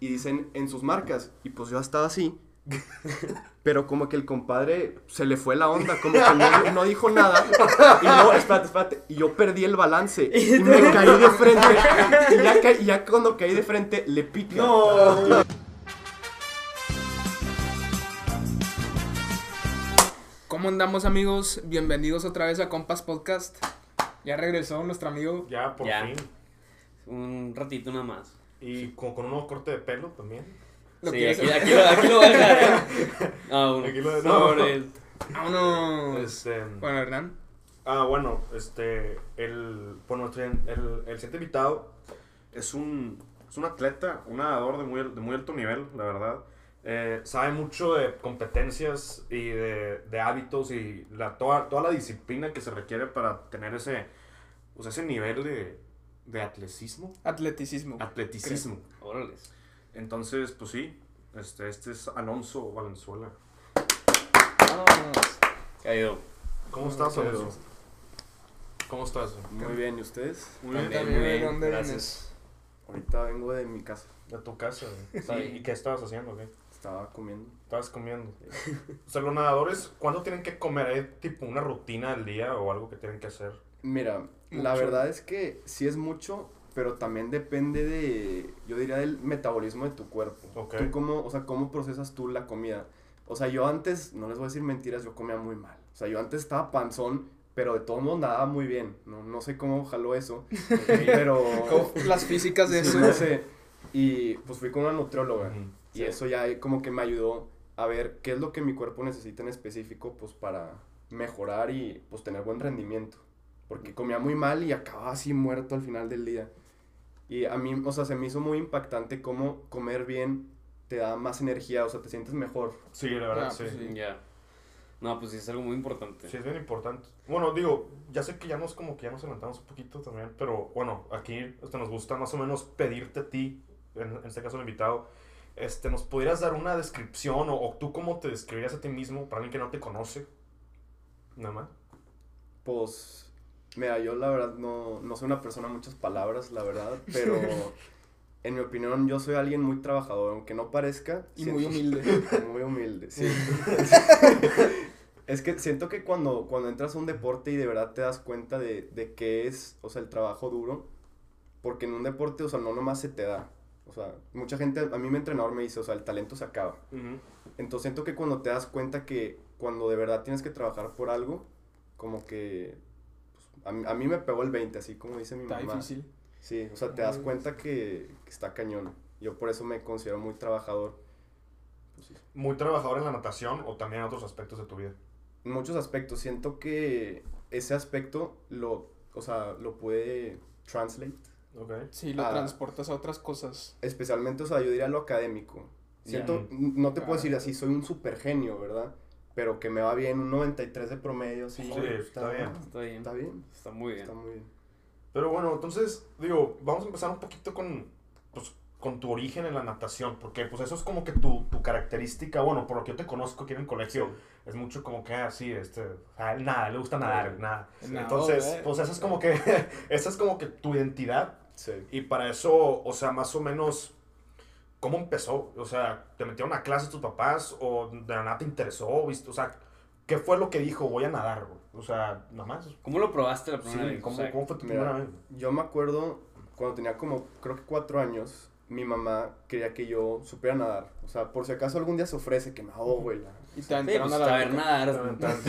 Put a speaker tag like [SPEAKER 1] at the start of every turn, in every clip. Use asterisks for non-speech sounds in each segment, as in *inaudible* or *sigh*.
[SPEAKER 1] y dicen en sus marcas. Y pues yo estaba así. *laughs* Pero como que el compadre se le fue la onda, como que no, no dijo nada. Y yo, espérate, espérate. Y yo perdí el balance. Y me caí de frente. Y ya, ca- y ya cuando caí de frente, le pica.
[SPEAKER 2] No.
[SPEAKER 3] ¿Cómo andamos amigos? Bienvenidos otra vez a Compas Podcast. Ya regresó nuestro amigo.
[SPEAKER 2] Ya, por
[SPEAKER 4] Ya.
[SPEAKER 2] fin.
[SPEAKER 4] Un ratito nada más.
[SPEAKER 2] Y con, con un nuevo corte de pelo también.
[SPEAKER 3] ¿Lo
[SPEAKER 4] sí,
[SPEAKER 3] quieres
[SPEAKER 4] aquí,
[SPEAKER 3] hacer?
[SPEAKER 4] aquí lo, aquí lo voy a dejar. Ah, bueno.
[SPEAKER 2] Aquí lo de- no.
[SPEAKER 4] Sobre el-
[SPEAKER 3] Vámonos.
[SPEAKER 2] Este,
[SPEAKER 3] Bueno, Hernán.
[SPEAKER 2] Ah, bueno, este. El, bueno, nuestro- el, el siguiente invitado es un, es un atleta, un nadador de muy, al- de muy alto nivel, la verdad. Eh, sabe mucho de competencias y de, de hábitos y la, toda, toda la disciplina que se requiere para tener ese, o sea, ese nivel de, de atletismo.
[SPEAKER 3] Atleticismo.
[SPEAKER 2] Ah. Atleticismo.
[SPEAKER 4] Órale.
[SPEAKER 2] Entonces, pues sí, este, este es Alonso Valenzuela.
[SPEAKER 3] Vámonos.
[SPEAKER 4] Caído.
[SPEAKER 2] ¿Cómo estás,
[SPEAKER 1] Pero-
[SPEAKER 2] Alonso? ¿Cómo estás?
[SPEAKER 1] Muy bien, ¿y ustedes?
[SPEAKER 2] Muy bien.
[SPEAKER 4] Bien,
[SPEAKER 3] También,
[SPEAKER 4] muy bien,
[SPEAKER 3] ¿de dónde
[SPEAKER 4] gracias.
[SPEAKER 1] Ahorita vengo de mi casa.
[SPEAKER 2] De tu casa. güey.
[SPEAKER 4] Sí.
[SPEAKER 2] ¿Y qué estabas haciendo? Qué?
[SPEAKER 1] Estaba comiendo.
[SPEAKER 2] Estabas comiendo. O sea, los nadadores, ¿cuánto tienen que comer? ¿Hay tipo una rutina al día o algo que tienen que hacer?
[SPEAKER 1] Mira, la
[SPEAKER 3] Mucho.
[SPEAKER 1] verdad es que sí es mucho, pero también depende de, yo diría, del metabolismo de tu cuerpo.
[SPEAKER 2] Ok.
[SPEAKER 1] Tú cómo, o sea, cómo procesas tú la comida. O sea, yo antes, no les voy a decir mentiras, yo comía muy mal. O sea, yo antes estaba panzón, pero de todo modo nadaba muy bien. No, no sé cómo jaló
[SPEAKER 3] *laughs*
[SPEAKER 1] eso, pero...
[SPEAKER 3] ¿Cómo Las físicas de eso.
[SPEAKER 1] *laughs* no sé. Y pues fui con una nutrióloga.
[SPEAKER 2] Ujú.
[SPEAKER 1] Y eso ya como que me ayudó a ver qué es lo que mi cuerpo necesita en específico, pues para mejorar y pues tener buen rendimiento. Porque comía muy mal y acababa así muerto al final del día. Y a mí, o sea, se me hizo muy impactante cómo comer bien te da más energía, o sea, te sientes mejor.
[SPEAKER 2] Sí, la verdad,
[SPEAKER 3] Ah,
[SPEAKER 2] sí.
[SPEAKER 3] pues
[SPEAKER 2] sí.
[SPEAKER 3] sí.
[SPEAKER 4] Ya. No, pues sí, es algo muy importante.
[SPEAKER 2] es bien importante. Bueno, digo, ya sé que ya nos como que ya nos adelantamos un poquito también, pero bueno, aquí este, nos gusta más o menos pedirte a ti, en, en este caso el invitado, este, ¿nos pudieras dar una descripción o, o tú cómo te describirías a ti mismo para alguien que no te conoce? Nada más.
[SPEAKER 1] Pues, mira, yo la verdad no, no soy una persona de muchas palabras, la
[SPEAKER 3] *laughs*
[SPEAKER 1] verdad, pero en mi opinión yo soy alguien muy trabajador, aunque no parezca.
[SPEAKER 3] Y
[SPEAKER 1] siento-
[SPEAKER 3] muy humilde.
[SPEAKER 1] *laughs* Muy humilde,
[SPEAKER 3] *laughs*
[SPEAKER 1] sí. es que siento que cuando, cuando entras a un deporte y de verdad te das cuenta de, de qué es, o sea, el trabajo duro, porque en un deporte, o sea, no nomás se te da. O sea, mucha gente, a mí mi entrenador me dice, o sea, el talento se acaba. Entonces siento que cuando te das cuenta que cuando de verdad tienes que trabajar por algo, como que... pues, a, mí- a mí me pegó el 20, así como dice mi
[SPEAKER 3] Está
[SPEAKER 1] mamá.
[SPEAKER 3] difícil.
[SPEAKER 1] Sí, o sea, te das cuenta que, que está cañón. Yo por eso me considero muy trabajador. Pues, sí.
[SPEAKER 2] muy trabajador en la natación o también en otros aspectos de tu vida.
[SPEAKER 1] en muchos aspectos. Siento que ese aspecto lo, o sea, lo puede translate.
[SPEAKER 2] Ok.
[SPEAKER 3] Si lo
[SPEAKER 1] Ah.
[SPEAKER 3] transportas a otras cosas.
[SPEAKER 1] Especialmente, o sea, yo diría lo académico. Siento, n- no te puedo decir así, soy un super genio, ¿verdad? Pero que me va bien, un 93 de promedio, sí.
[SPEAKER 2] Sí, está bien.
[SPEAKER 4] Está bien.
[SPEAKER 1] Está bien,
[SPEAKER 4] Está muy bien.
[SPEAKER 1] está muy bien.
[SPEAKER 2] Pero bueno, entonces, digo, vamos a empezar un poquito con, pues, con tu origen en la natación, porque pues eso es como que tu, tu característica, bueno, por lo que yo te conozco aquí en el colegio, es mucho como que así, este, a él nada, le gusta nadar, nada.
[SPEAKER 3] No,
[SPEAKER 2] Entonces,
[SPEAKER 3] güey.
[SPEAKER 2] pues esa es como que, *laughs* esa es como que tu identidad
[SPEAKER 1] Sí.
[SPEAKER 2] y para eso, o sea, más o menos, ¿cómo empezó? O sea, ¿te metieron a clases tus papás o de la nada te interesó? ¿Viste? O sea, ¿qué fue lo que dijo? Voy a nadar, güey. O sea, nada más.
[SPEAKER 4] ¿Cómo lo probaste la primera
[SPEAKER 2] Sí,
[SPEAKER 4] vez?
[SPEAKER 2] ¿cómo,
[SPEAKER 4] O sea,
[SPEAKER 2] cómo fue tu
[SPEAKER 1] mira,
[SPEAKER 2] primera vez?
[SPEAKER 1] Yo me acuerdo cuando tenía como, creo que cuatro años, mi mamá quería que yo supiera nadar. O sea, por si acaso algún día se ofrece que me ahogo y la-
[SPEAKER 3] Y te
[SPEAKER 4] Sí,
[SPEAKER 3] aventaron
[SPEAKER 4] pues,
[SPEAKER 3] a la
[SPEAKER 4] saber
[SPEAKER 3] boca. *laughs*
[SPEAKER 4] nadar.
[SPEAKER 2] Aventaron.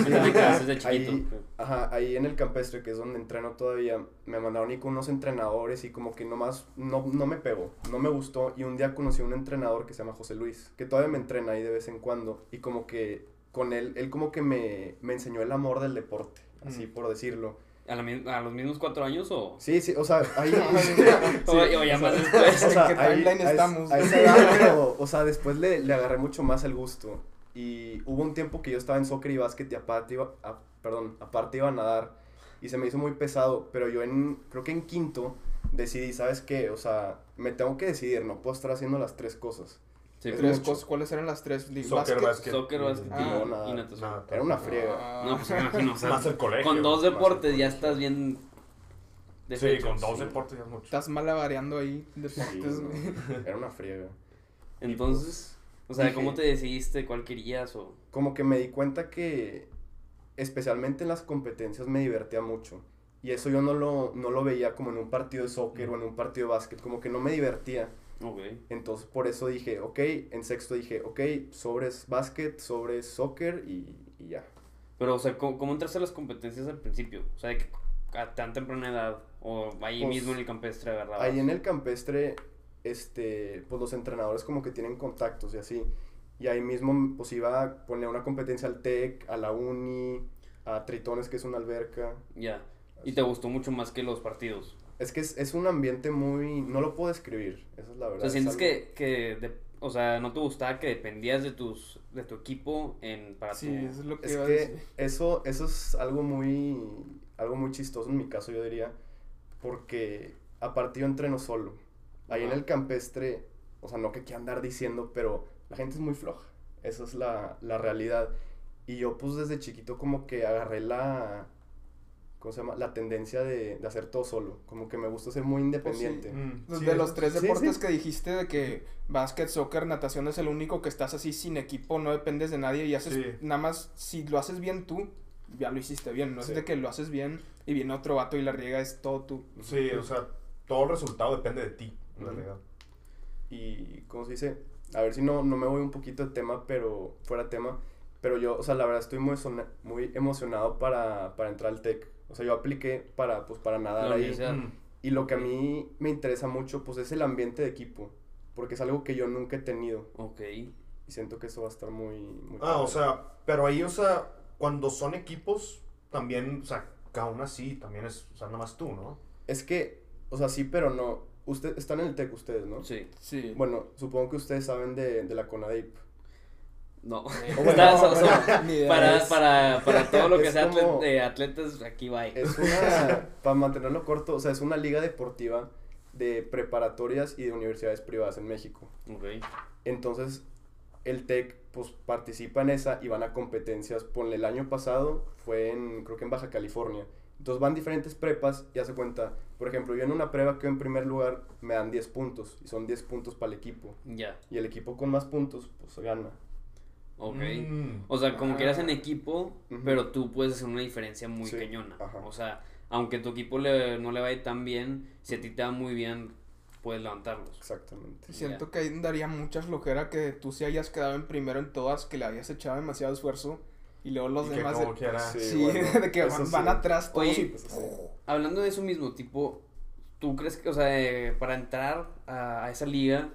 [SPEAKER 4] desde chiquito.
[SPEAKER 1] Ahí, ajá, ahí en el campestre, que es donde entreno todavía, me mandaron ir con unos entrenadores y como que nomás no, no me pegó, no me gustó. Y un día conocí a un entrenador que se llama José Luis, que todavía me entrena ahí de vez en cuando. Y como que con él, él como que me, me enseñó el amor del deporte, así
[SPEAKER 2] Mm.
[SPEAKER 1] por decirlo.
[SPEAKER 4] ¿A, la mi- a los mismos cuatro años o,
[SPEAKER 1] Sí, sí, o sea, ahí... *laughs*
[SPEAKER 4] o- o ya más
[SPEAKER 1] O *laughs*
[SPEAKER 4] después?
[SPEAKER 3] ¿En
[SPEAKER 1] sea,
[SPEAKER 3] qué
[SPEAKER 1] ahí-
[SPEAKER 3] timeline
[SPEAKER 1] a es-
[SPEAKER 3] estamos?
[SPEAKER 1] a esa edad, pero, o sea, después le, le agarré mucho más el gusto. Y hubo un tiempo que yo estaba en soccer y básquet y aparte iba, a- perdón, aparte iba a nadar. Y se me hizo muy pesado, pero yo en, creo que en quinto decidí, ¿sabes qué? O sea, me tengo que decidir, no puedo estar haciendo las tres cosas.
[SPEAKER 4] Sí,
[SPEAKER 1] es
[SPEAKER 3] Tres
[SPEAKER 1] mucho.
[SPEAKER 3] cosas. ¿Cuáles eran las tres? Digo,
[SPEAKER 2] Soccer,
[SPEAKER 3] básquet.
[SPEAKER 2] básquet.
[SPEAKER 4] Soccer, básquet
[SPEAKER 3] Ah,
[SPEAKER 4] y-
[SPEAKER 1] nada,
[SPEAKER 4] y natación.
[SPEAKER 2] nada.
[SPEAKER 1] Era una friega.
[SPEAKER 3] Ah,
[SPEAKER 4] No, pues me imagino, o sea,
[SPEAKER 2] Más el colegio.
[SPEAKER 4] con dos
[SPEAKER 2] más el
[SPEAKER 4] deportes ya
[SPEAKER 2] colegio.
[SPEAKER 4] estás bien de
[SPEAKER 2] sí,
[SPEAKER 4] fecha,
[SPEAKER 2] con dos
[SPEAKER 4] sí.
[SPEAKER 2] deportes ya es mucho.
[SPEAKER 3] Estás malabareando ahí
[SPEAKER 1] Sí,
[SPEAKER 3] deportes, güey.
[SPEAKER 1] no, *laughs* Era una friega.
[SPEAKER 4] Entonces, o sea,
[SPEAKER 1] dije-
[SPEAKER 4] ¿cómo te decidiste? ¿Cuál querías? O...
[SPEAKER 1] como que me di cuenta que especialmente en las competencias me divertía mucho. Y eso yo no lo, no lo veía como en un partido de soccer o en un partido de básquet, como que no me divertía.
[SPEAKER 4] Ok.
[SPEAKER 1] Entonces por eso dije, ok, en sexto dije, ok, sobres básquet, sobres soccer y, y ya.
[SPEAKER 4] Pero, o sea, ¿cómo, cómo entraste a las competencias al principio? O sea, de que a tan temprana edad o ahí
[SPEAKER 1] Pues,
[SPEAKER 4] mismo en el campestre agarrabas.
[SPEAKER 1] Ahí en el campestre, este, pues los entrenadores como que tienen contactos y así. Y ahí mismo pues iba a poner una competencia al TEC, a la Uni, a Tritones que es una alberca.
[SPEAKER 4] Ya. Y te gustó mucho más que los partidos.
[SPEAKER 1] Es que es, es un ambiente muy... No lo puedo describir, esa es la
[SPEAKER 4] O
[SPEAKER 1] verdad.
[SPEAKER 4] sea,
[SPEAKER 1] es
[SPEAKER 4] sientes
[SPEAKER 1] algo-
[SPEAKER 4] que, que de- o sea, no te gustaba que dependías de tus de tu equipo en
[SPEAKER 3] *laughs*
[SPEAKER 4] para
[SPEAKER 3] Sí,
[SPEAKER 4] tu
[SPEAKER 3] eso es lo que
[SPEAKER 1] Es
[SPEAKER 3] iba a
[SPEAKER 1] que
[SPEAKER 3] decir.
[SPEAKER 1] eso, eso es algo muy, algo muy chistoso en mi caso, yo diría, porque aparte yo entreno solo. Ahí en
[SPEAKER 4] Ajá.
[SPEAKER 1] el campestre, o sea, no que quiera andar diciendo, pero la gente es muy floja. Esa es la, la realidad. Y yo pues desde chiquito como que agarré la... ¿Cómo se llama? La tendencia de, de hacer todo solo. Como que me gusta ser
[SPEAKER 3] Pues
[SPEAKER 1] muy independiente.
[SPEAKER 2] Mm,
[SPEAKER 3] Los
[SPEAKER 2] Sí,
[SPEAKER 3] de
[SPEAKER 2] es-
[SPEAKER 3] los tres
[SPEAKER 1] sí,
[SPEAKER 3] deportes
[SPEAKER 1] sí.
[SPEAKER 3] que dijiste de que básquet, soccer, natación es el único que estás así sin equipo, no dependes de nadie y haces
[SPEAKER 2] Sí.
[SPEAKER 3] nada más, si lo haces bien tú, ya lo hiciste bien, no
[SPEAKER 1] Sí.
[SPEAKER 3] es de que lo haces bien y viene otro vato y la riega es todo tú.
[SPEAKER 2] Sí, o sea, todo el resultado depende de ti, en
[SPEAKER 1] Ujú.
[SPEAKER 2] realidad.
[SPEAKER 1] y ¿cómo se dice? A ver si no, no me voy un poquito de tema, pero fuera de tema. Pero yo, o sea, la verdad estoy muy, sona- muy emocionado para, para entrar al TEC. O sea, yo apliqué para, pues, para nadar
[SPEAKER 4] la
[SPEAKER 1] ahí.
[SPEAKER 4] universidad.
[SPEAKER 2] Mm.
[SPEAKER 1] Y lo que a mí me interesa mucho, pues, es el ambiente de equipo. Porque es algo que yo nunca he tenido. *laughs*
[SPEAKER 4] Ok.
[SPEAKER 1] Y siento que eso va a estar muy... muy
[SPEAKER 2] Ah, o
[SPEAKER 1] padre.
[SPEAKER 2] sea, pero ahí, o sea, cuando son equipos, también, o sea, cada una sí, también es, o sea, nada más tú, ¿no?
[SPEAKER 1] Es que, o sea, sí, pero no. Ustedes están en el TEC ustedes, ¿no?
[SPEAKER 4] Sí.
[SPEAKER 3] Sí.
[SPEAKER 1] Bueno, supongo que ustedes saben de, de la CONADIP.
[SPEAKER 4] No.
[SPEAKER 1] bueno,
[SPEAKER 4] Está-
[SPEAKER 1] no,
[SPEAKER 4] *laughs* o sea,
[SPEAKER 1] *laughs*
[SPEAKER 3] ni idea.
[SPEAKER 4] para,
[SPEAKER 1] es-
[SPEAKER 4] para, para todo lo que
[SPEAKER 1] es
[SPEAKER 4] sea atle-
[SPEAKER 1] como-
[SPEAKER 4] de atletas, aquí va.
[SPEAKER 1] Es *laughs* una, para mantenerlo corto, o sea, es una liga deportiva de preparatorias y de universidades privadas en México.
[SPEAKER 4] Ok.
[SPEAKER 1] Entonces, el TEC, pues, participa en esa y van a competencias. Ponle, el año pasado fue en, creo que en Baja California. Entonces van diferentes prepas y hace cuenta, por ejemplo, yo en una prueba que en primer lugar me dan 10 puntos y son 10 puntos para el equipo.
[SPEAKER 4] Ya.
[SPEAKER 1] Y el equipo con más puntos, pues, gana.
[SPEAKER 4] Ok.
[SPEAKER 2] Mm.
[SPEAKER 4] O sea, como que eras en
[SPEAKER 3] Ah.
[SPEAKER 4] equipo,
[SPEAKER 1] Ujú.
[SPEAKER 4] pero tú puedes hacer una diferencia muy
[SPEAKER 1] Sí,
[SPEAKER 4] cañona.
[SPEAKER 1] ajá.
[SPEAKER 4] O sea, aunque tu equipo le- no le vaya tan bien, si a ti te va muy bien, puedes levantarlos.
[SPEAKER 1] Exactamente.
[SPEAKER 3] Siento que ahí daría mucha flojera que tú se hayas quedado en primero en todas, que le hayas echado demasiado esfuerzo y luego los
[SPEAKER 2] Y que
[SPEAKER 3] demás...
[SPEAKER 2] como
[SPEAKER 3] de-
[SPEAKER 2] quiera-
[SPEAKER 3] *laughs* Sí,
[SPEAKER 1] bueno,
[SPEAKER 3] de que
[SPEAKER 1] eso
[SPEAKER 3] van,
[SPEAKER 1] sí.
[SPEAKER 3] van atrás todos
[SPEAKER 4] Oye,
[SPEAKER 3] y-
[SPEAKER 1] Pues, sí.
[SPEAKER 4] Hablando de eso mismo, tipo, ¿tú crees que, o sea, eh, para entrar a, a esa liga,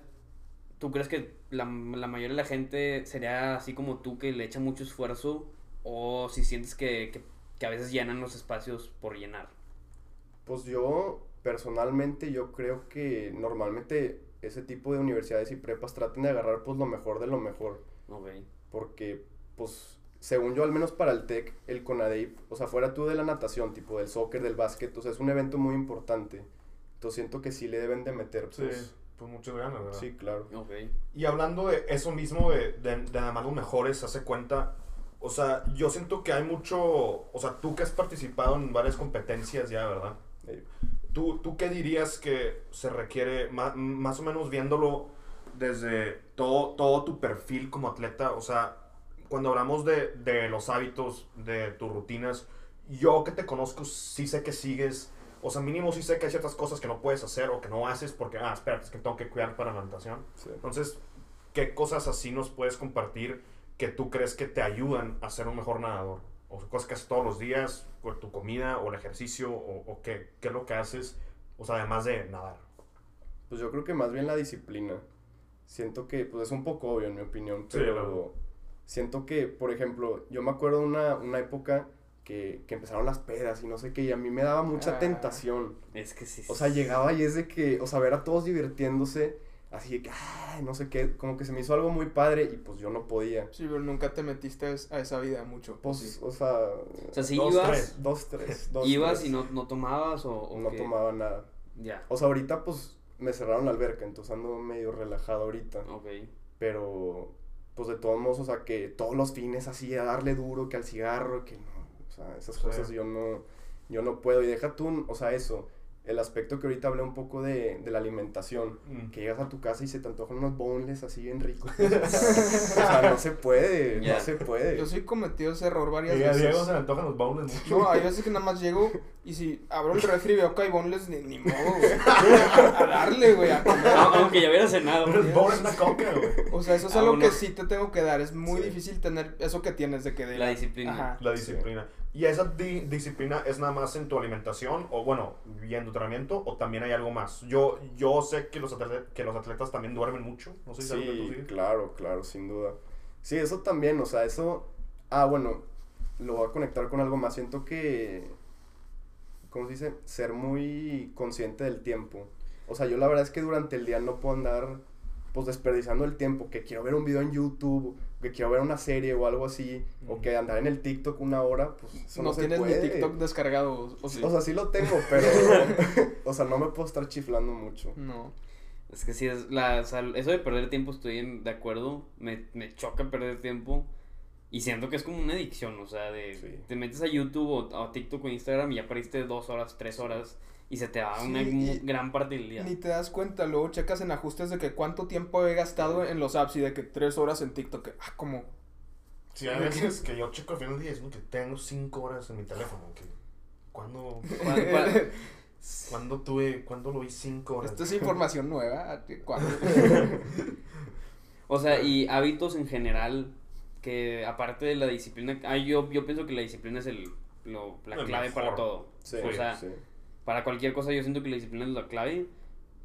[SPEAKER 4] ¿tú crees que la, la mayoría de la gente sería así como tú, que le echa mucho esfuerzo? ¿O si sientes que, que, que a veces llenan los espacios por llenar?
[SPEAKER 1] Pues yo, personalmente, yo creo que normalmente ese tipo de universidades y prepas traten de agarrar pues lo mejor de lo mejor.
[SPEAKER 4] Ok.
[SPEAKER 1] Porque, pues, según yo, al menos para el TEC, el CONADEIP, o sea, fuera tú de la natación, tipo del soccer, del básquet, o sea, es un evento muy importante. Entonces siento que sí le deben de meter,
[SPEAKER 2] Sí,
[SPEAKER 1] pues,
[SPEAKER 2] pues muchas ganas, ¿verdad?
[SPEAKER 1] sí, claro.
[SPEAKER 4] Ok.
[SPEAKER 2] Y hablando de eso mismo, de, de, de nada más los mejores, hace cuenta. O sea, yo siento que hay mucho. O sea, tú que has participado en varias competencias ya, ¿verdad?
[SPEAKER 1] Eh,
[SPEAKER 2] ¿Tú, tú qué dirías que se requiere, ma- más, o menos viéndolo desde todo, todo tu perfil como atleta? O sea, cuando hablamos de, de los hábitos, de tus rutinas, yo que te conozco sí sé que sigues, o sea, mínimo sí sé que hay ciertas cosas que no puedes hacer o que no haces porque, ah, espérate, es que tengo que cuidar para la natación.
[SPEAKER 1] sí.
[SPEAKER 2] Entonces, ¿qué cosas así nos puedes compartir que tú crees que te ayudan a ser un mejor nadador? O sea, cosas que haces todos los días, o tu comida, o el ejercicio, o, o qué, qué es lo que haces, o sea, además de nadar.
[SPEAKER 1] Pues yo creo que más bien la disciplina. Siento que, pues es un poco obvio en mi opinión,
[SPEAKER 2] Sí,
[SPEAKER 1] pero
[SPEAKER 2] claro.
[SPEAKER 1] siento que, por ejemplo, yo me acuerdo de una, una época que, que empezaron las pedas y no sé qué, y a mí me daba mucha
[SPEAKER 3] Ah.
[SPEAKER 1] tentación.
[SPEAKER 4] Es que sí.
[SPEAKER 1] O sea, llegaba y es de que, o sea, ver a todos divirtiéndose, así de que, "Ah", no sé qué, como que se me hizo algo muy padre y pues yo no podía.
[SPEAKER 3] Sí, pero nunca te metiste a es- a esa vida mucho.
[SPEAKER 1] Pues,
[SPEAKER 3] Sí.
[SPEAKER 1] o sea,
[SPEAKER 4] O sea, si
[SPEAKER 2] Dos,
[SPEAKER 4] ibas,
[SPEAKER 2] tres.
[SPEAKER 1] dos, tres, dos,
[SPEAKER 4] ibas
[SPEAKER 1] tres.
[SPEAKER 4] y no, no tomabas o, o
[SPEAKER 1] No
[SPEAKER 4] qué?
[SPEAKER 1] tomaba nada.
[SPEAKER 4] Ya.
[SPEAKER 1] O sea, ahorita pues me cerraron la alberca, entonces ando medio relajado ahorita.
[SPEAKER 4] Ok.
[SPEAKER 1] Pero, pues de todos modos, o sea, que todos los fines así a darle duro, que al cigarro, que no. O sea, esas
[SPEAKER 2] Sí.
[SPEAKER 1] cosas yo no, yo no puedo. Y deja tú, o sea, eso. el aspecto que ahorita hablé un poco de, de la alimentación.
[SPEAKER 2] Mm.
[SPEAKER 1] Que llegas a tu casa y se te antojan unos boneless así bien ricos. *laughs* o sea, no se puede,
[SPEAKER 4] Ya.
[SPEAKER 1] no se puede.
[SPEAKER 3] Yo sí he cometido ese error varias
[SPEAKER 2] Y a
[SPEAKER 3] veces.
[SPEAKER 2] Diego se le antojan los baules mucho.
[SPEAKER 3] *laughs* No, hay veces que nada más llego y si abro el refri y veo que hay boneless, ni, ni modo, güey. A, a darle, güey, a comer.
[SPEAKER 4] No, Ah, aunque ya hubiera cenado.
[SPEAKER 2] Unos baules una coca, güey.
[SPEAKER 3] O sea, eso es
[SPEAKER 4] Ah,
[SPEAKER 3] algo
[SPEAKER 4] bueno.
[SPEAKER 3] que sí te tengo que dar. Es muy
[SPEAKER 1] Sí.
[SPEAKER 3] difícil tener eso que tienes de que de
[SPEAKER 4] La disciplina.
[SPEAKER 3] Ajá.
[SPEAKER 2] La disciplina. ¿Y esa di- disciplina es nada más en tu alimentación o, bueno, y en tu entrenamiento o también hay algo más? Yo, yo sé que los, atle- que los atletas también duermen mucho. No sé si es algo que tú
[SPEAKER 1] Sí,
[SPEAKER 2] sigues.
[SPEAKER 1] claro, claro, sin duda. Sí, eso también, o sea, eso... Ah, bueno, lo voy a conectar con algo más. Siento que... ¿Cómo se dice? Ser muy consciente del tiempo. O sea, yo la verdad es que durante el día no puedo andar pues desperdiciando el tiempo, que quiero ver un video en YouTube, que quiero ver una serie o algo así, o que andar en el TikTok una hora, pues eso no,
[SPEAKER 3] No,
[SPEAKER 1] se
[SPEAKER 3] tienes
[SPEAKER 1] puede.
[SPEAKER 3] ni TikTok descargado. O, sí.
[SPEAKER 1] O sea, sí lo tengo,
[SPEAKER 3] *laughs*
[SPEAKER 1] pero... o sea, no me puedo estar chiflando mucho.
[SPEAKER 3] no.
[SPEAKER 4] Es que sí, es la, o sea, eso de perder tiempo estoy en- de acuerdo. Me, me choca perder tiempo. Y siento que es como una adicción, o sea, de
[SPEAKER 1] Sí.
[SPEAKER 4] te metes a YouTube o a TikTok o Instagram y ya perdiste dos horas, tres horas y se te va
[SPEAKER 3] Sí,
[SPEAKER 4] una
[SPEAKER 3] y-
[SPEAKER 4] gran parte del día.
[SPEAKER 3] Ni te das cuenta, luego checas en ajustes de que cuánto tiempo he gastado en los apps y de que tres horas en TikTok. que, Ah, como.
[SPEAKER 2] Sí, hay veces que yo checo al final del día y es como que tengo 5 horas en mi teléfono. Que, ¿Cuándo,
[SPEAKER 4] *laughs*
[SPEAKER 3] *laughs*
[SPEAKER 4] ¿Cuál- cuál-
[SPEAKER 2] cuándo tuve, cuándo lo vi 5 horas?
[SPEAKER 3] Esto es información nueva. ¿cuándo?
[SPEAKER 4] O sea, y hábitos en general que aparte de la disciplina, ah, yo, yo pienso que la disciplina es el, lo- la
[SPEAKER 2] El
[SPEAKER 4] clave para
[SPEAKER 2] mejor.
[SPEAKER 4] todo.
[SPEAKER 1] Sí,
[SPEAKER 4] o sea,
[SPEAKER 1] sí.
[SPEAKER 4] para cualquier cosa yo siento que la disciplina es la clave,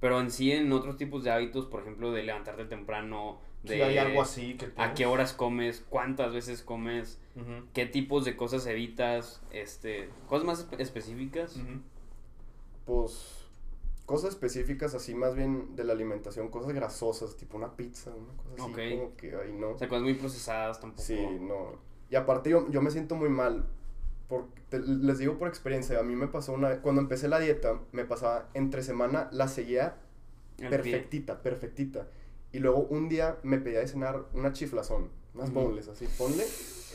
[SPEAKER 4] pero en sí en otros tipos de hábitos, por ejemplo, de levantarte temprano, de
[SPEAKER 2] Sí, hay algo así que
[SPEAKER 4] a
[SPEAKER 2] tienes.
[SPEAKER 4] qué horas comes, cuántas veces comes,
[SPEAKER 2] Ujú,
[SPEAKER 4] qué tipos de cosas evitas, este, cosas más espe- específicas.
[SPEAKER 2] ujú.
[SPEAKER 1] pues cosas específicas así más bien de la alimentación, cosas grasosas, tipo una pizza, una cosa así
[SPEAKER 4] Ok.
[SPEAKER 1] como que ay no.
[SPEAKER 4] O sea, cosas muy procesadas tampoco.
[SPEAKER 1] sí, no. Y aparte yo, yo me siento muy mal. Por, te- les digo por experiencia, a mí me pasó una cuando empecé la dieta, me pasaba entre semana la seguía
[SPEAKER 4] Al pie.
[SPEAKER 1] perfectita, perfectita. Y luego un día me pedía de cenar una chiflazón, unas
[SPEAKER 4] Ujú.
[SPEAKER 1] bowls así, ponle.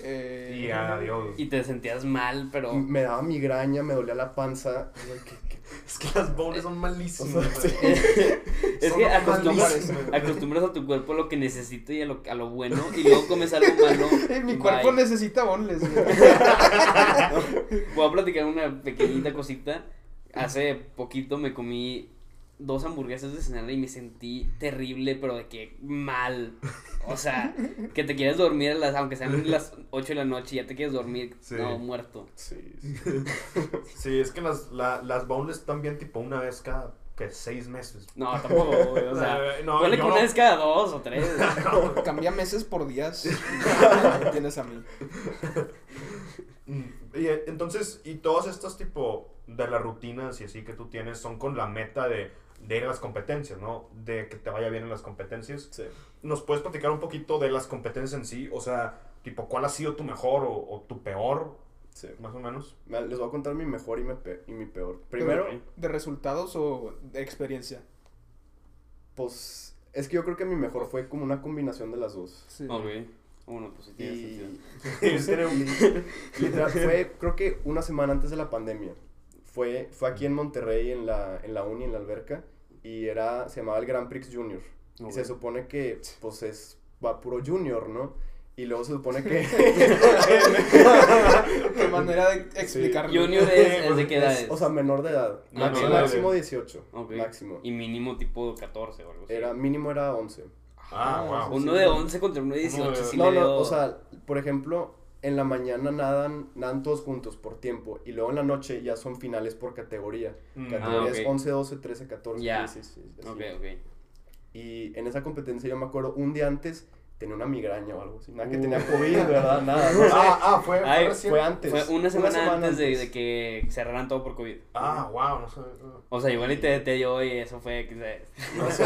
[SPEAKER 3] Eh,
[SPEAKER 2] Y adiós.
[SPEAKER 4] Y te sentías mal, pero
[SPEAKER 1] Me daba migraña, me dolía la panza. y yo, ¿qué- qué
[SPEAKER 2] Es que las bowls son
[SPEAKER 4] *laughs*
[SPEAKER 2] malísimas.
[SPEAKER 1] O sea, sí.
[SPEAKER 2] güey.
[SPEAKER 4] *laughs* es
[SPEAKER 2] Son
[SPEAKER 4] que acostumbras,
[SPEAKER 2] malísimas, güey.
[SPEAKER 4] acostumbras a tu cuerpo a lo que necesita y a lo, a lo bueno y luego comes algo
[SPEAKER 2] *laughs*
[SPEAKER 4] malo.
[SPEAKER 3] *laughs* Mi cuerpo
[SPEAKER 4] Bye.
[SPEAKER 3] necesita bonles.
[SPEAKER 4] Voy a platicar una pequeñita cosita. Hace poquito me comí dos hamburguesas de cenar y me sentí terrible, pero de que mal. O sea, que te quieres dormir, a las, aunque sean las 8 de la noche, ya te quieres dormir.
[SPEAKER 2] Sí.
[SPEAKER 4] No, muerto.
[SPEAKER 1] Sí,
[SPEAKER 4] *laughs*
[SPEAKER 1] sí.
[SPEAKER 2] Sí, es que las, la, las bowls están bien tipo una vez cada que seis meses.
[SPEAKER 4] No, tampoco, güey. O sea,
[SPEAKER 2] *laughs* No,
[SPEAKER 4] ponle
[SPEAKER 2] yo
[SPEAKER 4] que
[SPEAKER 2] no.
[SPEAKER 4] una vez cada dos o tres.
[SPEAKER 2] *laughs*
[SPEAKER 3] *laughs* Cambia meses por días. Tienes a mí.
[SPEAKER 2] Mm, Y eh, entonces, y todas estas tipo de las rutinas y así que tú tienes son con la meta de, de ir a las competencias, ¿no? De que te vaya bien en las competencias.
[SPEAKER 1] sí.
[SPEAKER 2] ¿Nos puedes platicar un poquito de las competencias en sí? O sea, tipo, ¿cuál ha sido tu mejor o, o tu peor,
[SPEAKER 1] sí.
[SPEAKER 2] más o menos?
[SPEAKER 1] Me- Les voy a contar mi mejor y mi, pe- y mi peor. Primero,
[SPEAKER 4] Ok.
[SPEAKER 3] ¿De resultados o de experiencia?
[SPEAKER 1] pues es que yo creo que mi mejor fue como una combinación de las dos.
[SPEAKER 3] Sí.
[SPEAKER 4] Ok. Uno, pues sí tiene sentido.
[SPEAKER 1] Y, *laughs* pues, y- literal, fue creo que una semana antes de la pandemia. Fue, fue aquí en Monterrey, en la, en la uni, en la alberca, y era, se llamaba el Grand Prix Junior. Y
[SPEAKER 4] Ok.
[SPEAKER 1] se supone que, pues, es, va puro junior, ¿no? Y luego se supone que...
[SPEAKER 4] *laughs*
[SPEAKER 1] *laughs*
[SPEAKER 3] Qué manera *laughs* de explicarlo.
[SPEAKER 4] Junior
[SPEAKER 2] *laughs*
[SPEAKER 4] es, es de qué edad
[SPEAKER 1] es,
[SPEAKER 4] es?
[SPEAKER 1] o sea, menor de edad.
[SPEAKER 4] Ah,
[SPEAKER 1] Máximo,
[SPEAKER 4] menor de
[SPEAKER 1] máximo
[SPEAKER 2] edad.
[SPEAKER 1] 18.
[SPEAKER 4] Ok.
[SPEAKER 1] Máximo.
[SPEAKER 4] Y pues, mínimo tipo 14 o algo así.
[SPEAKER 1] Era, mínimo era 11.
[SPEAKER 2] Ah, wow.
[SPEAKER 4] Uno de 11 contra uno de 18. sí
[SPEAKER 1] No,
[SPEAKER 4] le
[SPEAKER 1] no,
[SPEAKER 4] veo-
[SPEAKER 1] o sea, por ejemplo, en la mañana nadan, nadan todos juntos por tiempo y luego en la noche ya son finales por categoría.
[SPEAKER 2] Mm.
[SPEAKER 1] Categorías
[SPEAKER 4] Ah, ok.
[SPEAKER 1] 11, 12, 13, 14,
[SPEAKER 4] Ya.
[SPEAKER 1] 15, 16,
[SPEAKER 4] Ok,
[SPEAKER 1] así.
[SPEAKER 4] ok.
[SPEAKER 1] Y en esa competencia yo me acuerdo un día antes tenía una migraña o algo así, nada que tenía COVID, ¿verdad?
[SPEAKER 4] *laughs*
[SPEAKER 1] Nada, no sé.
[SPEAKER 2] Ah, ah, fue, fue
[SPEAKER 4] Ay,
[SPEAKER 2] recién.
[SPEAKER 1] Fue antes.
[SPEAKER 4] Uh. Fue una semana, antes, de- De, que cerraran todo por COVID.
[SPEAKER 2] Ah, wow, no sé.
[SPEAKER 4] O sea, igual y te, te dio y eso fue. que se- *laughs*
[SPEAKER 1] No sé.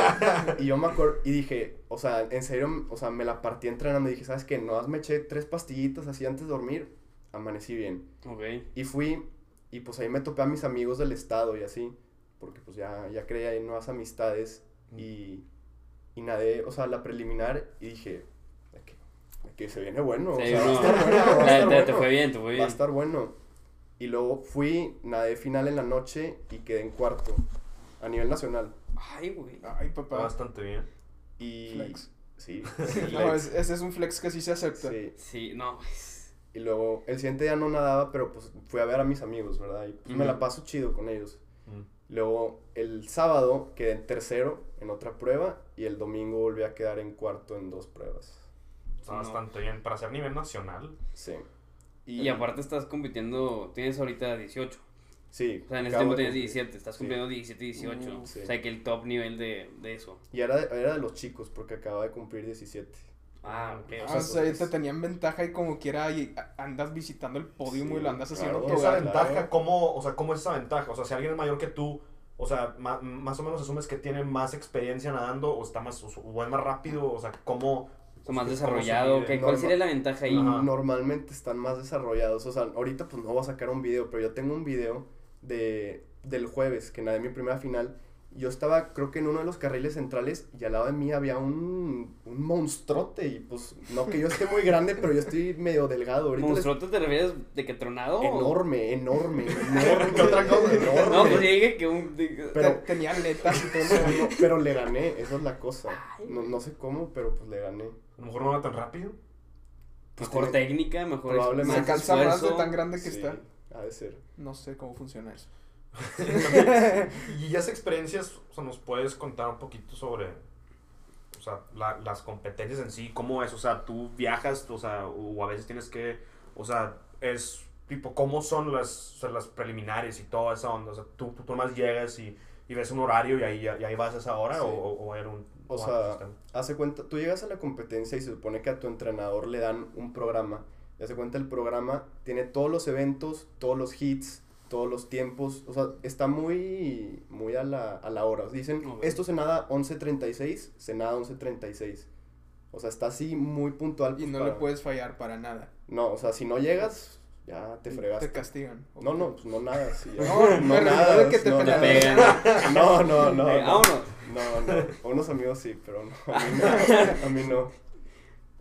[SPEAKER 1] Y yo me acuerdo, y dije, o sea, en serio, o sea, me la partí entrenando y dije, ¿sabes qué? No, me eché tres pastillitas así antes de dormir, amanecí bien.
[SPEAKER 4] Ok.
[SPEAKER 1] Y fui, y pues ahí me topé a mis amigos del estado y así, porque pues ya, ya creía en nuevas amistades y, y nadé, o sea, la preliminar y dije, "De que, de que se viene bueno, o
[SPEAKER 4] Sí,
[SPEAKER 1] sea, va a
[SPEAKER 4] no.
[SPEAKER 1] estar bueno, va a
[SPEAKER 4] La-
[SPEAKER 1] estar
[SPEAKER 4] *laughs* te, te
[SPEAKER 1] bueno,
[SPEAKER 4] fue bien, te fue
[SPEAKER 1] va a
[SPEAKER 4] bien.
[SPEAKER 1] estar bueno. Y luego fui, nadé final en la noche y quedé en cuarto a nivel nacional.
[SPEAKER 4] Ay, güey.
[SPEAKER 3] Ay,
[SPEAKER 2] Está
[SPEAKER 1] Ah,
[SPEAKER 3] papá.
[SPEAKER 2] bastante bien.
[SPEAKER 1] Y...
[SPEAKER 3] Flex.
[SPEAKER 1] Sí.
[SPEAKER 3] *laughs* No,
[SPEAKER 1] flex,
[SPEAKER 3] es- ese es un flex que sí se acepta.
[SPEAKER 1] sí.
[SPEAKER 4] Sí, no. pues.
[SPEAKER 1] Y luego el siguiente día no nadaba, pero pues fui a ver a mis amigos, ¿verdad? Y pues, me la
[SPEAKER 4] Ujú.
[SPEAKER 1] paso chido con ellos.
[SPEAKER 2] Mm.
[SPEAKER 1] Luego el sábado quedé en tercero en otra prueba y el domingo volví a quedar en cuarto en dos pruebas.
[SPEAKER 2] Está
[SPEAKER 4] No.
[SPEAKER 2] bastante bien. Para ser nivel nacional.
[SPEAKER 1] Sí.
[SPEAKER 4] Y aparte estás compitiendo, tienes ahorita 18.
[SPEAKER 1] Sí.
[SPEAKER 4] O sea, en ese
[SPEAKER 1] acabo
[SPEAKER 4] tiempo
[SPEAKER 1] de cumplir.
[SPEAKER 4] tenías 17, estás
[SPEAKER 1] Sí.
[SPEAKER 4] cumpliendo 17, 18.
[SPEAKER 1] Uh, sí.
[SPEAKER 4] O sea, que el top nivel de, de eso.
[SPEAKER 1] Y era de, era de los chicos porque acababa de cumplir 17.
[SPEAKER 4] Ah, ok.
[SPEAKER 3] Ah,
[SPEAKER 4] O sea,
[SPEAKER 3] o sea, ahí te tenían ventaja y como quiera y a- andas visitando el podium
[SPEAKER 1] Sí,
[SPEAKER 3] y lo andas haciendo
[SPEAKER 1] claro.
[SPEAKER 3] tu
[SPEAKER 2] Esa
[SPEAKER 1] Claro.
[SPEAKER 2] ventaja, ¿cómo, o sea, ¿cómo es esa ventaja? O sea, si alguien es mayor que tú, o sea, ma- más o menos asumes que tiene más experiencia nadando o está más, o, o es más rápido, o sea, ¿cómo?
[SPEAKER 4] o
[SPEAKER 2] cómo
[SPEAKER 4] más
[SPEAKER 2] se
[SPEAKER 4] desarrollado.
[SPEAKER 2] mide?
[SPEAKER 4] ok, ¿Cuál
[SPEAKER 1] No,
[SPEAKER 4] sería la ventaja ahí?
[SPEAKER 2] Ajá.
[SPEAKER 1] Normalmente están más desarrollados. O sea, ahorita pues no voy a sacar un video, pero yo tengo un video de, del jueves que nadé mi primera final. Yo estaba, creo que en uno de los carriles centrales y al lado de mí había un, un monstruote. Y pues, no que yo esté muy grande, pero yo estoy medio delgado. Ahorita les-
[SPEAKER 4] ¿Monstruote te refieres de que tronado? o-
[SPEAKER 1] Enorme, enorme, enorme.
[SPEAKER 2] ¿Qué otra cosa?
[SPEAKER 1] enorme.
[SPEAKER 4] No, pues yo dije que un. de-
[SPEAKER 1] Pero-
[SPEAKER 3] Te- tenía aletas
[SPEAKER 1] *laughs*
[SPEAKER 3] y todo
[SPEAKER 1] O sea,
[SPEAKER 3] eso.
[SPEAKER 1] no, pero le gané, esa es la cosa. No, no sé cómo, pero pues le gané.
[SPEAKER 2] A lo mejor no va tan rápido.
[SPEAKER 1] Pues
[SPEAKER 4] mejor
[SPEAKER 1] tiene-
[SPEAKER 4] técnica, mejor.
[SPEAKER 1] Probablemente.
[SPEAKER 3] Se
[SPEAKER 4] más
[SPEAKER 3] cansa más de
[SPEAKER 4] esfuerzo.
[SPEAKER 3] tan grande que
[SPEAKER 1] Sí,
[SPEAKER 3] está.
[SPEAKER 1] Ha de ser.
[SPEAKER 3] No sé cómo funciona eso.
[SPEAKER 2] y esas experiencias, o sea, nos puedes contar un poquito sobre, o sea, la- las competencias en sí, cómo es, o sea, tú viajas, o sea, o a veces tienes que, o sea, es tipo, cómo son las, o sea, las preliminares y toda esa onda, o sea, tú, tú nomás llegas y, y ves un horario y ahí, y ahí vas a esa hora
[SPEAKER 1] Sí.
[SPEAKER 2] o, o, o hay un...
[SPEAKER 1] O
[SPEAKER 2] hay un
[SPEAKER 1] sea,
[SPEAKER 2] sistema?
[SPEAKER 1] Hace cuenta, tú llegas a la competencia y se supone que a tu entrenador le dan un programa. Y hace cuenta el programa tiene todos los eventos, todos los hits, todos los tiempos. O sea, está muy, muy a la, a la hora. Dicen,
[SPEAKER 4] Ok.
[SPEAKER 1] esto se nada 11.36, se nada 11.36. O sea, está así muy puntual.
[SPEAKER 3] Y
[SPEAKER 1] pues,
[SPEAKER 3] no le
[SPEAKER 1] para-
[SPEAKER 3] puedes fallar para nada.
[SPEAKER 1] No, o sea, si no llegas, ya te fregaste.
[SPEAKER 3] Te castigan.
[SPEAKER 1] No, no, pues no nada. Sí, ya.
[SPEAKER 3] *laughs* No, me refiero
[SPEAKER 1] nadas,
[SPEAKER 3] de que te
[SPEAKER 1] no,
[SPEAKER 4] Te
[SPEAKER 1] no,
[SPEAKER 4] pegan.
[SPEAKER 1] *laughs* No, no, no.
[SPEAKER 4] Eh,
[SPEAKER 1] no.
[SPEAKER 4] vámonos.
[SPEAKER 1] No, no. A unos amigos sí, pero no. A mí
[SPEAKER 3] *laughs*
[SPEAKER 1] no. A mí no.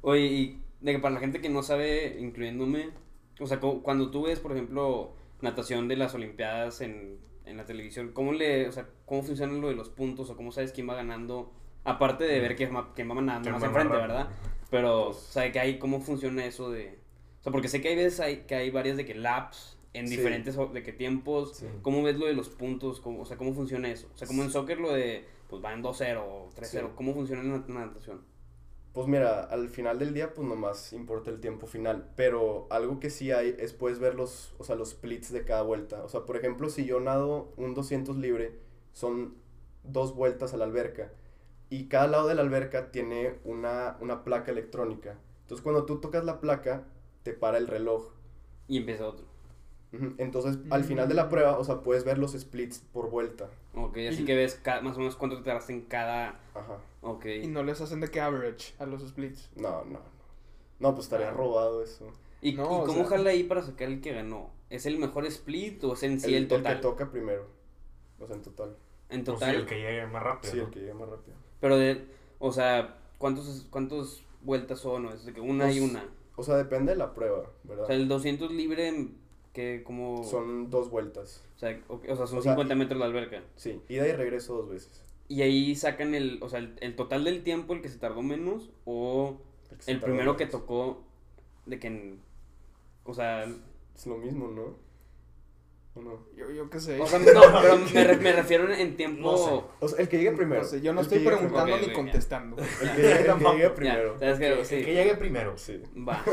[SPEAKER 4] Oye, y de que para la gente que no sabe, incluyéndome, o sea, cu- cuando tú ves, por ejemplo, natación de las Olimpiadas en, en la televisión, ¿cómo le, o sea, cómo funciona lo de los puntos o cómo sabes quién va ganando? Aparte de ver quién va, quién va ganando
[SPEAKER 2] Quién
[SPEAKER 4] más
[SPEAKER 2] va
[SPEAKER 4] enfrente,
[SPEAKER 2] ganando.
[SPEAKER 4] ¿verdad? Pero, o sea, que hay, ¿cómo funciona eso de...? O sea, porque sé que hay veces hay, que hay varias de que laps en
[SPEAKER 1] Sí.
[SPEAKER 4] diferentes o- de que tiempos.
[SPEAKER 1] Sí.
[SPEAKER 4] ¿Cómo ves lo de los puntos? ¿Cómo- o sea, ¿cómo funciona eso? O sea, como en soccer lo de, pues van 2-0 o 3-0.
[SPEAKER 1] Sí.
[SPEAKER 4] ¿Cómo funciona en la, en la natación?
[SPEAKER 1] Pues mira, al final del día, pues nomás importa el tiempo final. Pero algo que sí hay es puedes ver los, o sea, los splits de cada vuelta. O sea, por ejemplo, si yo nado un 200 libre, son dos vueltas a la alberca. Y cada lado de la alberca tiene una, una placa electrónica. Entonces, cuando tú tocas la placa, te para el reloj.
[SPEAKER 4] Y empieza otro.
[SPEAKER 1] Ujú, Entonces, al final de
[SPEAKER 4] Mm.
[SPEAKER 1] la prueba, o sea, puedes ver los splits por vuelta.
[SPEAKER 4] Ok, así
[SPEAKER 3] Y-
[SPEAKER 4] que ves ca- más o menos cuánto te tardaste en cada.
[SPEAKER 1] Ajá.
[SPEAKER 4] Ok.
[SPEAKER 3] Y no les hacen de que average a los splits.
[SPEAKER 1] No, no, no. No, pues estaría
[SPEAKER 4] Ah.
[SPEAKER 1] robado eso.
[SPEAKER 4] ¿Y,
[SPEAKER 3] No,
[SPEAKER 4] y
[SPEAKER 3] o
[SPEAKER 4] cómo
[SPEAKER 3] sea-
[SPEAKER 4] jala ahí para sacar el que ganó? ¿Es el mejor split o es en sí el,
[SPEAKER 1] que
[SPEAKER 4] total?
[SPEAKER 1] toca primero. O sea, en total.
[SPEAKER 4] en
[SPEAKER 2] Pues sí,
[SPEAKER 4] total.
[SPEAKER 2] el que llegue más rápido.
[SPEAKER 1] Sí,
[SPEAKER 2] ¿no?
[SPEAKER 1] el que llegue más rápido.
[SPEAKER 4] Pero de. O sea, ¿cuántos, cuántos vueltas son? ¿O es de que una y
[SPEAKER 1] Dos.
[SPEAKER 4] una?
[SPEAKER 1] O sea, depende de la prueba,
[SPEAKER 4] O
[SPEAKER 1] ¿verdad?
[SPEAKER 4] sea, el 200 libre, mm, que como.
[SPEAKER 1] Son dos vueltas.
[SPEAKER 4] O sea, ok, o sea, son
[SPEAKER 1] O sea,
[SPEAKER 4] 50 metros la alberca.
[SPEAKER 1] Sí, ida y regreso dos veces.
[SPEAKER 4] Y ahí sacan el. O sea, el, el total del tiempo, el que se tardó menos. O
[SPEAKER 1] que se
[SPEAKER 4] el
[SPEAKER 1] tarda
[SPEAKER 4] primero que
[SPEAKER 1] menos.
[SPEAKER 4] tocó. De que. en- o sea,
[SPEAKER 1] Es lo mismo, ¿no? ¿O no?
[SPEAKER 3] Yo, yo qué sé.
[SPEAKER 4] O sea, no, pero me, re- me refiero en tiempo.
[SPEAKER 2] No sé.
[SPEAKER 1] O sea, el que llegue primero.
[SPEAKER 3] No sé, yo no
[SPEAKER 1] el que
[SPEAKER 3] estoy
[SPEAKER 1] llegue
[SPEAKER 3] preguntando ni
[SPEAKER 4] primero. Ok, ok,
[SPEAKER 3] *laughs*
[SPEAKER 4] ya.
[SPEAKER 3] contestando.
[SPEAKER 1] primero. El que llegue, el que llegue primero.
[SPEAKER 4] Ya, sabes que
[SPEAKER 2] El que
[SPEAKER 4] sí.
[SPEAKER 2] llegue primero.
[SPEAKER 1] Sí.
[SPEAKER 4] Va.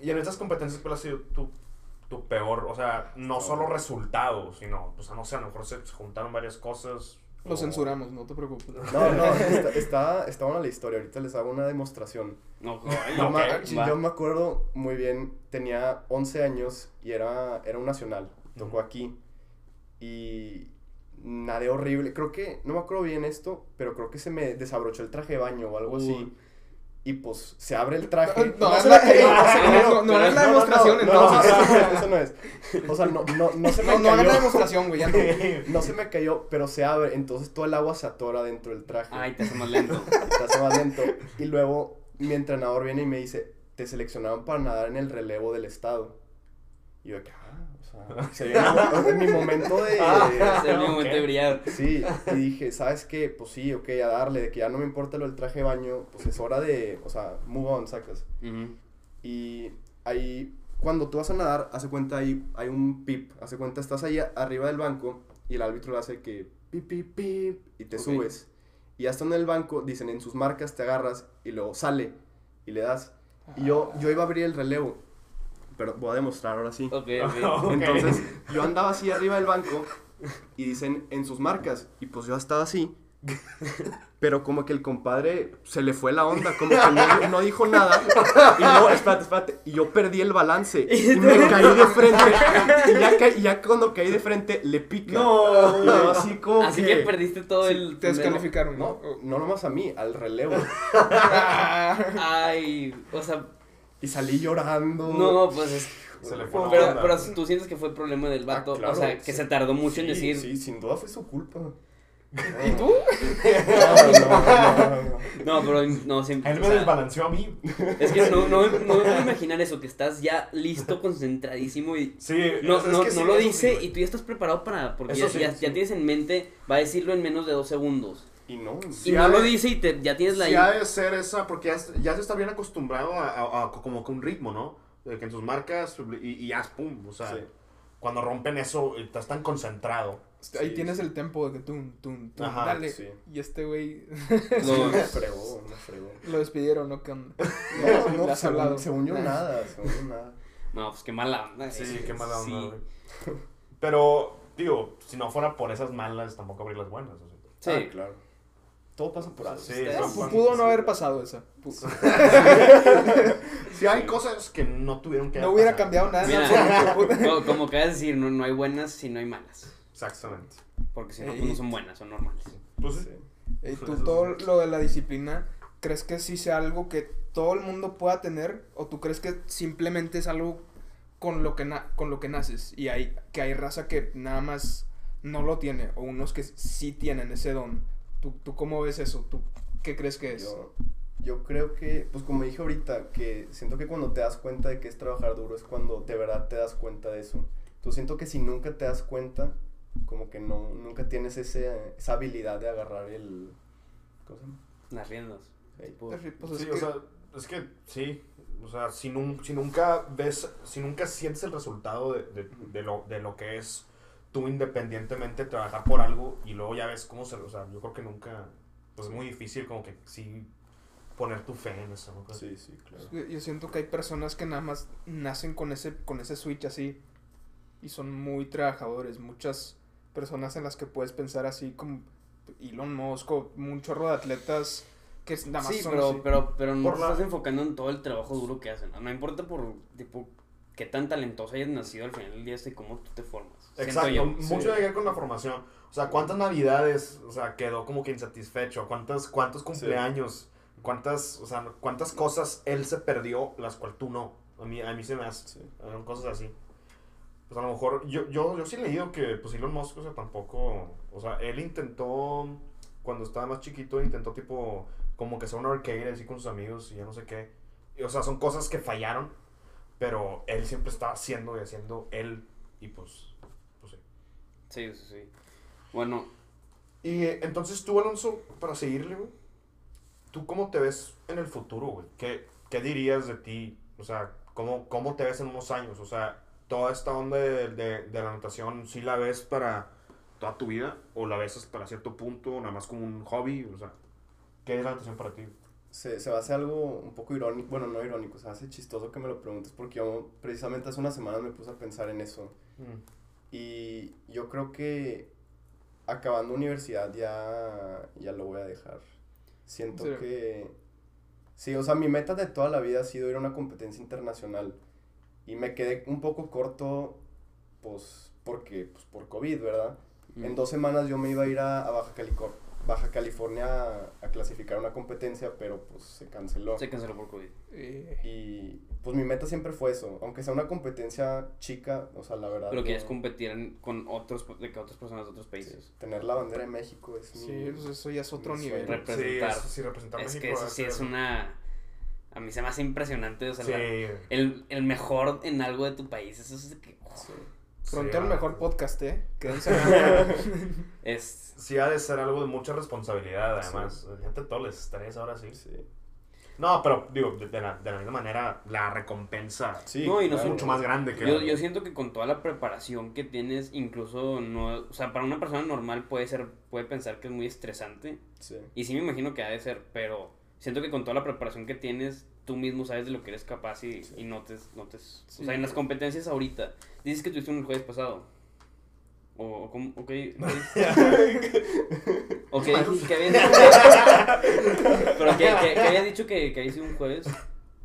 [SPEAKER 2] Y en estas competencias, ¿cuál ha sido tu, tu peor? O sea, no solo resultados, sino, o sea, no sé, a lo mejor se se juntaron varias cosas.
[SPEAKER 3] Lo
[SPEAKER 2] o- *laughs*
[SPEAKER 3] censuramos, *laughs* no te preocupes.
[SPEAKER 1] No, no, está, está, está buena la historia. Ahorita les hago una demostración.
[SPEAKER 4] No,
[SPEAKER 1] Yo,
[SPEAKER 4] joder.
[SPEAKER 1] me-
[SPEAKER 2] Ok,
[SPEAKER 1] sí,
[SPEAKER 4] va.
[SPEAKER 1] yo me acuerdo muy bien, tenía 11 años y era, era un nacional, tocó
[SPEAKER 2] Ujú.
[SPEAKER 1] aquí y nadé horrible, creo que, no me acuerdo bien esto, pero creo que se me desabrochó el traje de baño o algo así
[SPEAKER 4] Uy.
[SPEAKER 1] y pues se abre el traje.
[SPEAKER 3] No, no,
[SPEAKER 1] se
[SPEAKER 3] la-
[SPEAKER 1] me cayó,
[SPEAKER 3] no,
[SPEAKER 1] se me
[SPEAKER 4] no,
[SPEAKER 1] cayó.
[SPEAKER 3] no, no era
[SPEAKER 1] No,
[SPEAKER 3] la
[SPEAKER 1] no, *laughs*
[SPEAKER 3] demostración,
[SPEAKER 1] no,
[SPEAKER 3] entonces.
[SPEAKER 1] No, eso no es, *laughs* eso no es. O sea, no, no, no se me
[SPEAKER 3] *laughs* No, no hagan la
[SPEAKER 1] cayó.
[SPEAKER 3] demostración, güey, ya *laughs* no.
[SPEAKER 1] No se me cayó, pero se abre, entonces todo el agua se atora dentro del traje
[SPEAKER 4] Ay, te hace más lento.
[SPEAKER 1] te hace más lento. Y luego mi entrenador viene y me dice, te seleccionaron para nadar en el relevo del estado. Y yo de que, ah, o sea, sería mi, mo- o sea, mi momento de...
[SPEAKER 4] Es el
[SPEAKER 2] ok.
[SPEAKER 4] momento de brillar.
[SPEAKER 1] Sí, y dije, ¿sabes qué? Pues sí, ok, a darle, de que ya no me importa lo del traje de baño, pues es hora de, o sea, move on, sacas.
[SPEAKER 4] Ujú.
[SPEAKER 1] Y ahí, cuando tú vas a nadar, hace cuenta ahí, hay un pip, hace cuenta estás ahí a- arriba del banco y el árbitro le hace que pip, pip, pip, y te
[SPEAKER 4] Ok.
[SPEAKER 1] subes. Y ya estando en el banco, dicen en sus marcas, te agarras y luego sale y le das.
[SPEAKER 4] Ah.
[SPEAKER 1] Y
[SPEAKER 3] *laughs*
[SPEAKER 1] yo, yo iba a abrir el relevo, pero voy a demostrar ahora sí.
[SPEAKER 4] Ok,
[SPEAKER 2] Ok.
[SPEAKER 1] *laughs*
[SPEAKER 4] ok.
[SPEAKER 1] Entonces, yo andaba así arriba del banco y dicen en sus marcas. Y pues yo estaba así. Pero como que el compadre se le fue la onda, como que no, no dijo nada. Y no, espérate, espérate. Y yo perdí el balance. Y
[SPEAKER 4] *laughs*
[SPEAKER 1] me caí de frente. Y ya, ca- y ya cuando caí de frente, le pica.
[SPEAKER 2] No.
[SPEAKER 1] Y yo así como
[SPEAKER 4] Así que perdiste todo el.
[SPEAKER 3] Te descalificaron,
[SPEAKER 1] No,
[SPEAKER 3] ¿no?
[SPEAKER 1] no nomás a mí, al relevo.
[SPEAKER 3] ah,
[SPEAKER 4] primero. Ay, o sea,
[SPEAKER 1] Y salí llorando.
[SPEAKER 4] no, pues es.
[SPEAKER 2] Se le fue la
[SPEAKER 4] Pero,
[SPEAKER 2] onda. Ah,
[SPEAKER 4] pero tú sientes que fue problema del vato.
[SPEAKER 1] claro,
[SPEAKER 4] o sea, que
[SPEAKER 1] sí.
[SPEAKER 4] se tardó mucho en
[SPEAKER 1] Sí,
[SPEAKER 4] decir.
[SPEAKER 1] Sí, sin duda fue su culpa.
[SPEAKER 3] ¿Y tú?
[SPEAKER 1] No, no, no, no, no.
[SPEAKER 4] No, pero no, siempre.
[SPEAKER 2] Él
[SPEAKER 4] o
[SPEAKER 2] me
[SPEAKER 4] sea,
[SPEAKER 2] desbalanceó a mí.
[SPEAKER 4] es que no, no, no
[SPEAKER 2] *laughs*
[SPEAKER 4] me puedo imaginar eso, que estás ya listo, concentradísimo y.
[SPEAKER 2] Sí,
[SPEAKER 4] No,
[SPEAKER 2] es- es
[SPEAKER 4] no,
[SPEAKER 2] que sí,
[SPEAKER 4] no lo
[SPEAKER 2] eso sí,
[SPEAKER 4] dice
[SPEAKER 2] güey.
[SPEAKER 4] y tú ya estás preparado para. Porque
[SPEAKER 2] Eso
[SPEAKER 4] ya,
[SPEAKER 2] sí,
[SPEAKER 4] ya-
[SPEAKER 2] sí.
[SPEAKER 4] ya tienes en mente, va a decirlo en menos de dos segundos.
[SPEAKER 1] Y no.
[SPEAKER 4] Y
[SPEAKER 2] Sí,
[SPEAKER 4] no
[SPEAKER 2] ha
[SPEAKER 4] lo
[SPEAKER 2] de-
[SPEAKER 4] dice y te, ya tienes la.
[SPEAKER 2] Sí ha de ser esa, porque ya, es- ya se está bien acostumbrado a, a- a como que un ritmo, ¿no? De que en tus marcas y, y ya, pum, o sea,
[SPEAKER 1] Sí.
[SPEAKER 2] cuando rompen eso, eh, estás tan concentrado.
[SPEAKER 3] Este, Ahí
[SPEAKER 1] Sí,
[SPEAKER 3] tienes el tempo de que tum, tum, tum,
[SPEAKER 2] Ajá,
[SPEAKER 3] dale.
[SPEAKER 1] sí.
[SPEAKER 3] Y este güey *laughs*
[SPEAKER 1] No, me fregó, me fregó.
[SPEAKER 3] lo despidieron, ¿no? ¿Qué onda?
[SPEAKER 1] No,
[SPEAKER 3] Le
[SPEAKER 1] no,
[SPEAKER 3] has hablado.
[SPEAKER 1] según, según yo
[SPEAKER 3] Nah.
[SPEAKER 1] nada, según yo nada.
[SPEAKER 4] No, pues qué mala onda.
[SPEAKER 2] Sí,
[SPEAKER 4] eh.
[SPEAKER 2] qué mala onda,
[SPEAKER 4] Sí.
[SPEAKER 2] güey. Pero, digo, si no fuera por esas malas, tampoco habría las buenas. o sea.
[SPEAKER 4] Sí.
[SPEAKER 1] Ah, claro. Todo pasa por algo.
[SPEAKER 2] Sí,
[SPEAKER 1] Ustedes-
[SPEAKER 2] eso
[SPEAKER 3] Pu-
[SPEAKER 2] fue-
[SPEAKER 3] Pudo no haber pasado esa. Pu-
[SPEAKER 2] Sí, hay cosas que no tuvieron que
[SPEAKER 3] No
[SPEAKER 2] haber
[SPEAKER 3] hubiera
[SPEAKER 2] pasado.
[SPEAKER 3] cambiado nada. en
[SPEAKER 4] Mira.
[SPEAKER 3] *laughs* absoluto.
[SPEAKER 4] Co- Como acabas de decir, no, no hay buenas si no hay malas.
[SPEAKER 2] Exactamente.
[SPEAKER 4] Porque si no,
[SPEAKER 3] Ey.
[SPEAKER 4] pues no son buenas, son normales.
[SPEAKER 2] Pues sí.
[SPEAKER 1] Sí.
[SPEAKER 3] Y Eh, tú todo lo de la disciplina, ¿crees que sí sea algo que todo el mundo pueda tener? ¿O tú crees que simplemente es algo con lo que, na- con lo que naces? Y hay, que hay raza que nada más no lo tiene, o unos que sí tienen ese don. ¿Tú, tú cómo ves eso? ¿Tú qué crees que es?
[SPEAKER 1] Yo, yo creo que, pues como dije ahorita, que siento que cuando te das cuenta de que es trabajar duro es cuando de verdad te das cuenta de eso. Entonces siento que si nunca te das cuenta, como que no, nunca tienes ese, esa habilidad de agarrar el... ¿Cómo se llama?
[SPEAKER 4] Las riendas.
[SPEAKER 1] Ey.
[SPEAKER 4] Tipo,
[SPEAKER 3] Pues es
[SPEAKER 2] sí,
[SPEAKER 3] que-
[SPEAKER 2] o sea, es que sí. O sea, si, nun- si nunca ves, si nunca sientes el resultado de, de- de lo, de lo que es tú independientemente trabajar por algo y luego ya ves cómo se. O sea, yo creo que nunca. Pues es muy difícil, como que sí poner tu fe en eso. ¿no?
[SPEAKER 1] Sí, sí, claro.
[SPEAKER 3] Yo- Yo siento que hay personas que nada más nacen con ese, con ese switch así y son muy trabajadores. Muchas personas en las que puedes pensar así como Elon Musk o un chorro de atletas que es- nada más
[SPEAKER 4] sí,
[SPEAKER 3] son así.
[SPEAKER 4] pero, pero, pero no
[SPEAKER 2] Por
[SPEAKER 4] te
[SPEAKER 2] la-
[SPEAKER 4] estás enfocando en todo el trabajo duro que hacen. No, No importa por tipo qué tan talentoso hayas nacido al final del día es y cómo tú te formas. Siento
[SPEAKER 2] Exacto, Mm,
[SPEAKER 4] yo.
[SPEAKER 2] mucho
[SPEAKER 1] sí.
[SPEAKER 2] tiene que ver con la formación. O sea, ¿cuántas navidades, o sea, quedó como que insatisfecho? ¿Cuántas, ¿Cuántos cumpleaños? ¿Cuántas, o sea, cuántas cosas él se perdió, las cuales tú no? A mí, a mí se me hace,
[SPEAKER 1] Sí.
[SPEAKER 2] eran cosas así. Pues a lo mejor, yo, yo, yo sí he leído que, pues Elon Musk, o sea, tampoco, o sea, él intentó, cuando estaba más chiquito, intentó tipo, como que sea un arcade así con sus amigos y ya no sé qué. Y, o sea, son cosas que fallaron, pero él siempre estaba haciendo y haciendo él, y pues, pues sí.
[SPEAKER 4] Sí, sí, sí. Bueno,
[SPEAKER 2] Y eh, entonces tú, Alonso, para seguirle, güey, ¿tú cómo te ves en el futuro, güey? ¿Qué, qué dirías de ti? O sea, ¿cómo, ¿cómo te ves en unos años? O sea, ¿toda esta onda de, de- de la natación sí la ves para toda tu vida? ¿O la ves hasta para cierto punto, nada más como un hobby? O sea, ¿qué es la natación para ti?
[SPEAKER 1] se, se me hace algo un poco irónico, bueno, no irónico, se me hace chistoso que me lo preguntes porque yo precisamente hace una semana me puse a pensar en eso.
[SPEAKER 4] Mm.
[SPEAKER 1] Y yo creo que acabando universidad ya, ya lo voy a dejar. Siento
[SPEAKER 3] ¿En serio?
[SPEAKER 1] que... Sí, o sea, mi meta de toda la vida ha sido ir a una competencia internacional. Y me quedé un poco corto, pues, porque, pues, por COVID, ¿verdad?
[SPEAKER 4] mm,
[SPEAKER 1] En dos semanas yo me iba a ir a, a Baja, Calicor- Baja California a, a clasificar una competencia, pero pues se canceló.
[SPEAKER 4] se canceló por COVID.
[SPEAKER 3] Eh,
[SPEAKER 1] Y pues mi meta siempre fue eso, aunque sea una competencia chica, o sea, la verdad.
[SPEAKER 4] Pero que es
[SPEAKER 1] no-
[SPEAKER 4] competir en- con otros, de que otras personas de otros países.
[SPEAKER 1] Tener la bandera de México es mi-
[SPEAKER 3] sí, pues eso ya es otro
[SPEAKER 1] mi
[SPEAKER 3] nivel.
[SPEAKER 1] sueño.
[SPEAKER 4] Representar.
[SPEAKER 2] Sí, eso sí, representar
[SPEAKER 4] Es
[SPEAKER 2] México
[SPEAKER 4] que eso
[SPEAKER 2] va a
[SPEAKER 4] sí es
[SPEAKER 2] ser-
[SPEAKER 4] una. A mí se me hace impresionante, o sea,
[SPEAKER 2] Sí,
[SPEAKER 4] la-
[SPEAKER 2] güey.
[SPEAKER 4] el, el mejor en algo de tu país. Eso es de que.
[SPEAKER 1] *laughs* Sí.
[SPEAKER 3] Pronto
[SPEAKER 2] Sí,
[SPEAKER 3] el
[SPEAKER 2] ah,
[SPEAKER 3] mejor podcast, ¿eh? Quédense.
[SPEAKER 4] Es.
[SPEAKER 2] Sí, ha de ser algo de mucha responsabilidad,
[SPEAKER 1] Sí.
[SPEAKER 2] además. Fíjate todo el estrés ahora sí.
[SPEAKER 1] Sí.
[SPEAKER 2] No, pero digo, de, de la, de la misma manera, la recompensa
[SPEAKER 1] Sí,
[SPEAKER 4] No, y no
[SPEAKER 2] es
[SPEAKER 4] claro.
[SPEAKER 2] mucho más grande que
[SPEAKER 4] Yo, yo siento que con toda la preparación que tienes, incluso no. O sea, para una persona normal puede ser. Puede pensar que es muy estresante.
[SPEAKER 1] Sí.
[SPEAKER 4] Y sí me imagino que ha de ser, pero siento que con toda la preparación que tienes, tú mismo sabes de lo que eres capaz y,
[SPEAKER 1] Sí.
[SPEAKER 4] y no te... no te-
[SPEAKER 3] Sí.
[SPEAKER 4] O sea, en las competencias ahorita, dices que tuviste un jueves pasado. ¿O o cómo?
[SPEAKER 1] *laughs*
[SPEAKER 4] ¿O qué? ¿O qué dijiste? ¿O qué
[SPEAKER 2] *laughs*
[SPEAKER 4] dijiste? ¿Qué habías dicho? *laughs* ¿Pero qué, qué- qué habías dicho que, que había sido un
[SPEAKER 1] *laughs*
[SPEAKER 4] jueves?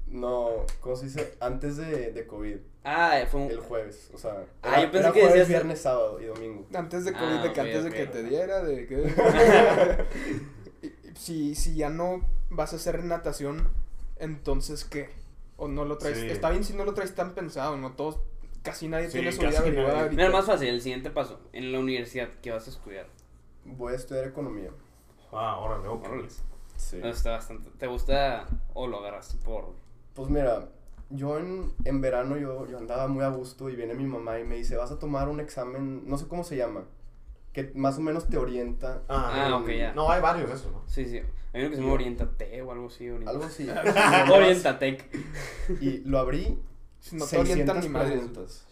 [SPEAKER 1] No, ¿cómo se dice? Antes de, de COVID,
[SPEAKER 4] Ah, eh, fue un...
[SPEAKER 1] el jueves, o sea, era-
[SPEAKER 4] Ah, yo pensé
[SPEAKER 1] era
[SPEAKER 4] que
[SPEAKER 1] jueves,
[SPEAKER 4] decías-
[SPEAKER 1] viernes, sábado y domingo.
[SPEAKER 3] Antes de
[SPEAKER 4] Ah,
[SPEAKER 3] COVID, de
[SPEAKER 4] ok,
[SPEAKER 3] que antes
[SPEAKER 4] ok.
[SPEAKER 3] de que te diera, de
[SPEAKER 4] *laughs*
[SPEAKER 3] que... Y- y si, si ya no vas a hacer natación, entonces ¿qué? O no lo traes...
[SPEAKER 2] Sí.
[SPEAKER 3] Está bien si no lo traes tan pensado, ¿no? Todos... Casi nadie
[SPEAKER 2] Sí,
[SPEAKER 3] tiene su
[SPEAKER 2] casi
[SPEAKER 3] vida averiguada
[SPEAKER 2] nadie.
[SPEAKER 3] ahorita.
[SPEAKER 4] Mira, más fácil, el siguiente paso. En la universidad, ¿qué vas a estudiar?
[SPEAKER 1] Voy a estudiar economía.
[SPEAKER 2] Ah, órale, ok.
[SPEAKER 4] Órale.
[SPEAKER 1] Sí.
[SPEAKER 4] No, está bastante... ¿Te gusta o lo agarraste por...?
[SPEAKER 1] Pues mira, yo en, en verano yo, yo andaba muy a gusto y viene mi mamá y me dice, vas a tomar un examen, no sé cómo se llama, que más o menos te orienta.
[SPEAKER 2] Ah,
[SPEAKER 4] Ah, ok, ya.
[SPEAKER 2] No, hay varios de esos, ¿no?
[SPEAKER 4] Sí, sí. Hay uno que se llama Orientate o algo así.
[SPEAKER 1] *laughs*
[SPEAKER 4] Orienta- *laughs*
[SPEAKER 1] Algo así.
[SPEAKER 4] Orientatec.
[SPEAKER 1] y lo abrí,
[SPEAKER 3] Si No te
[SPEAKER 1] 600
[SPEAKER 3] orientan ni madres.
[SPEAKER 1] preguntas.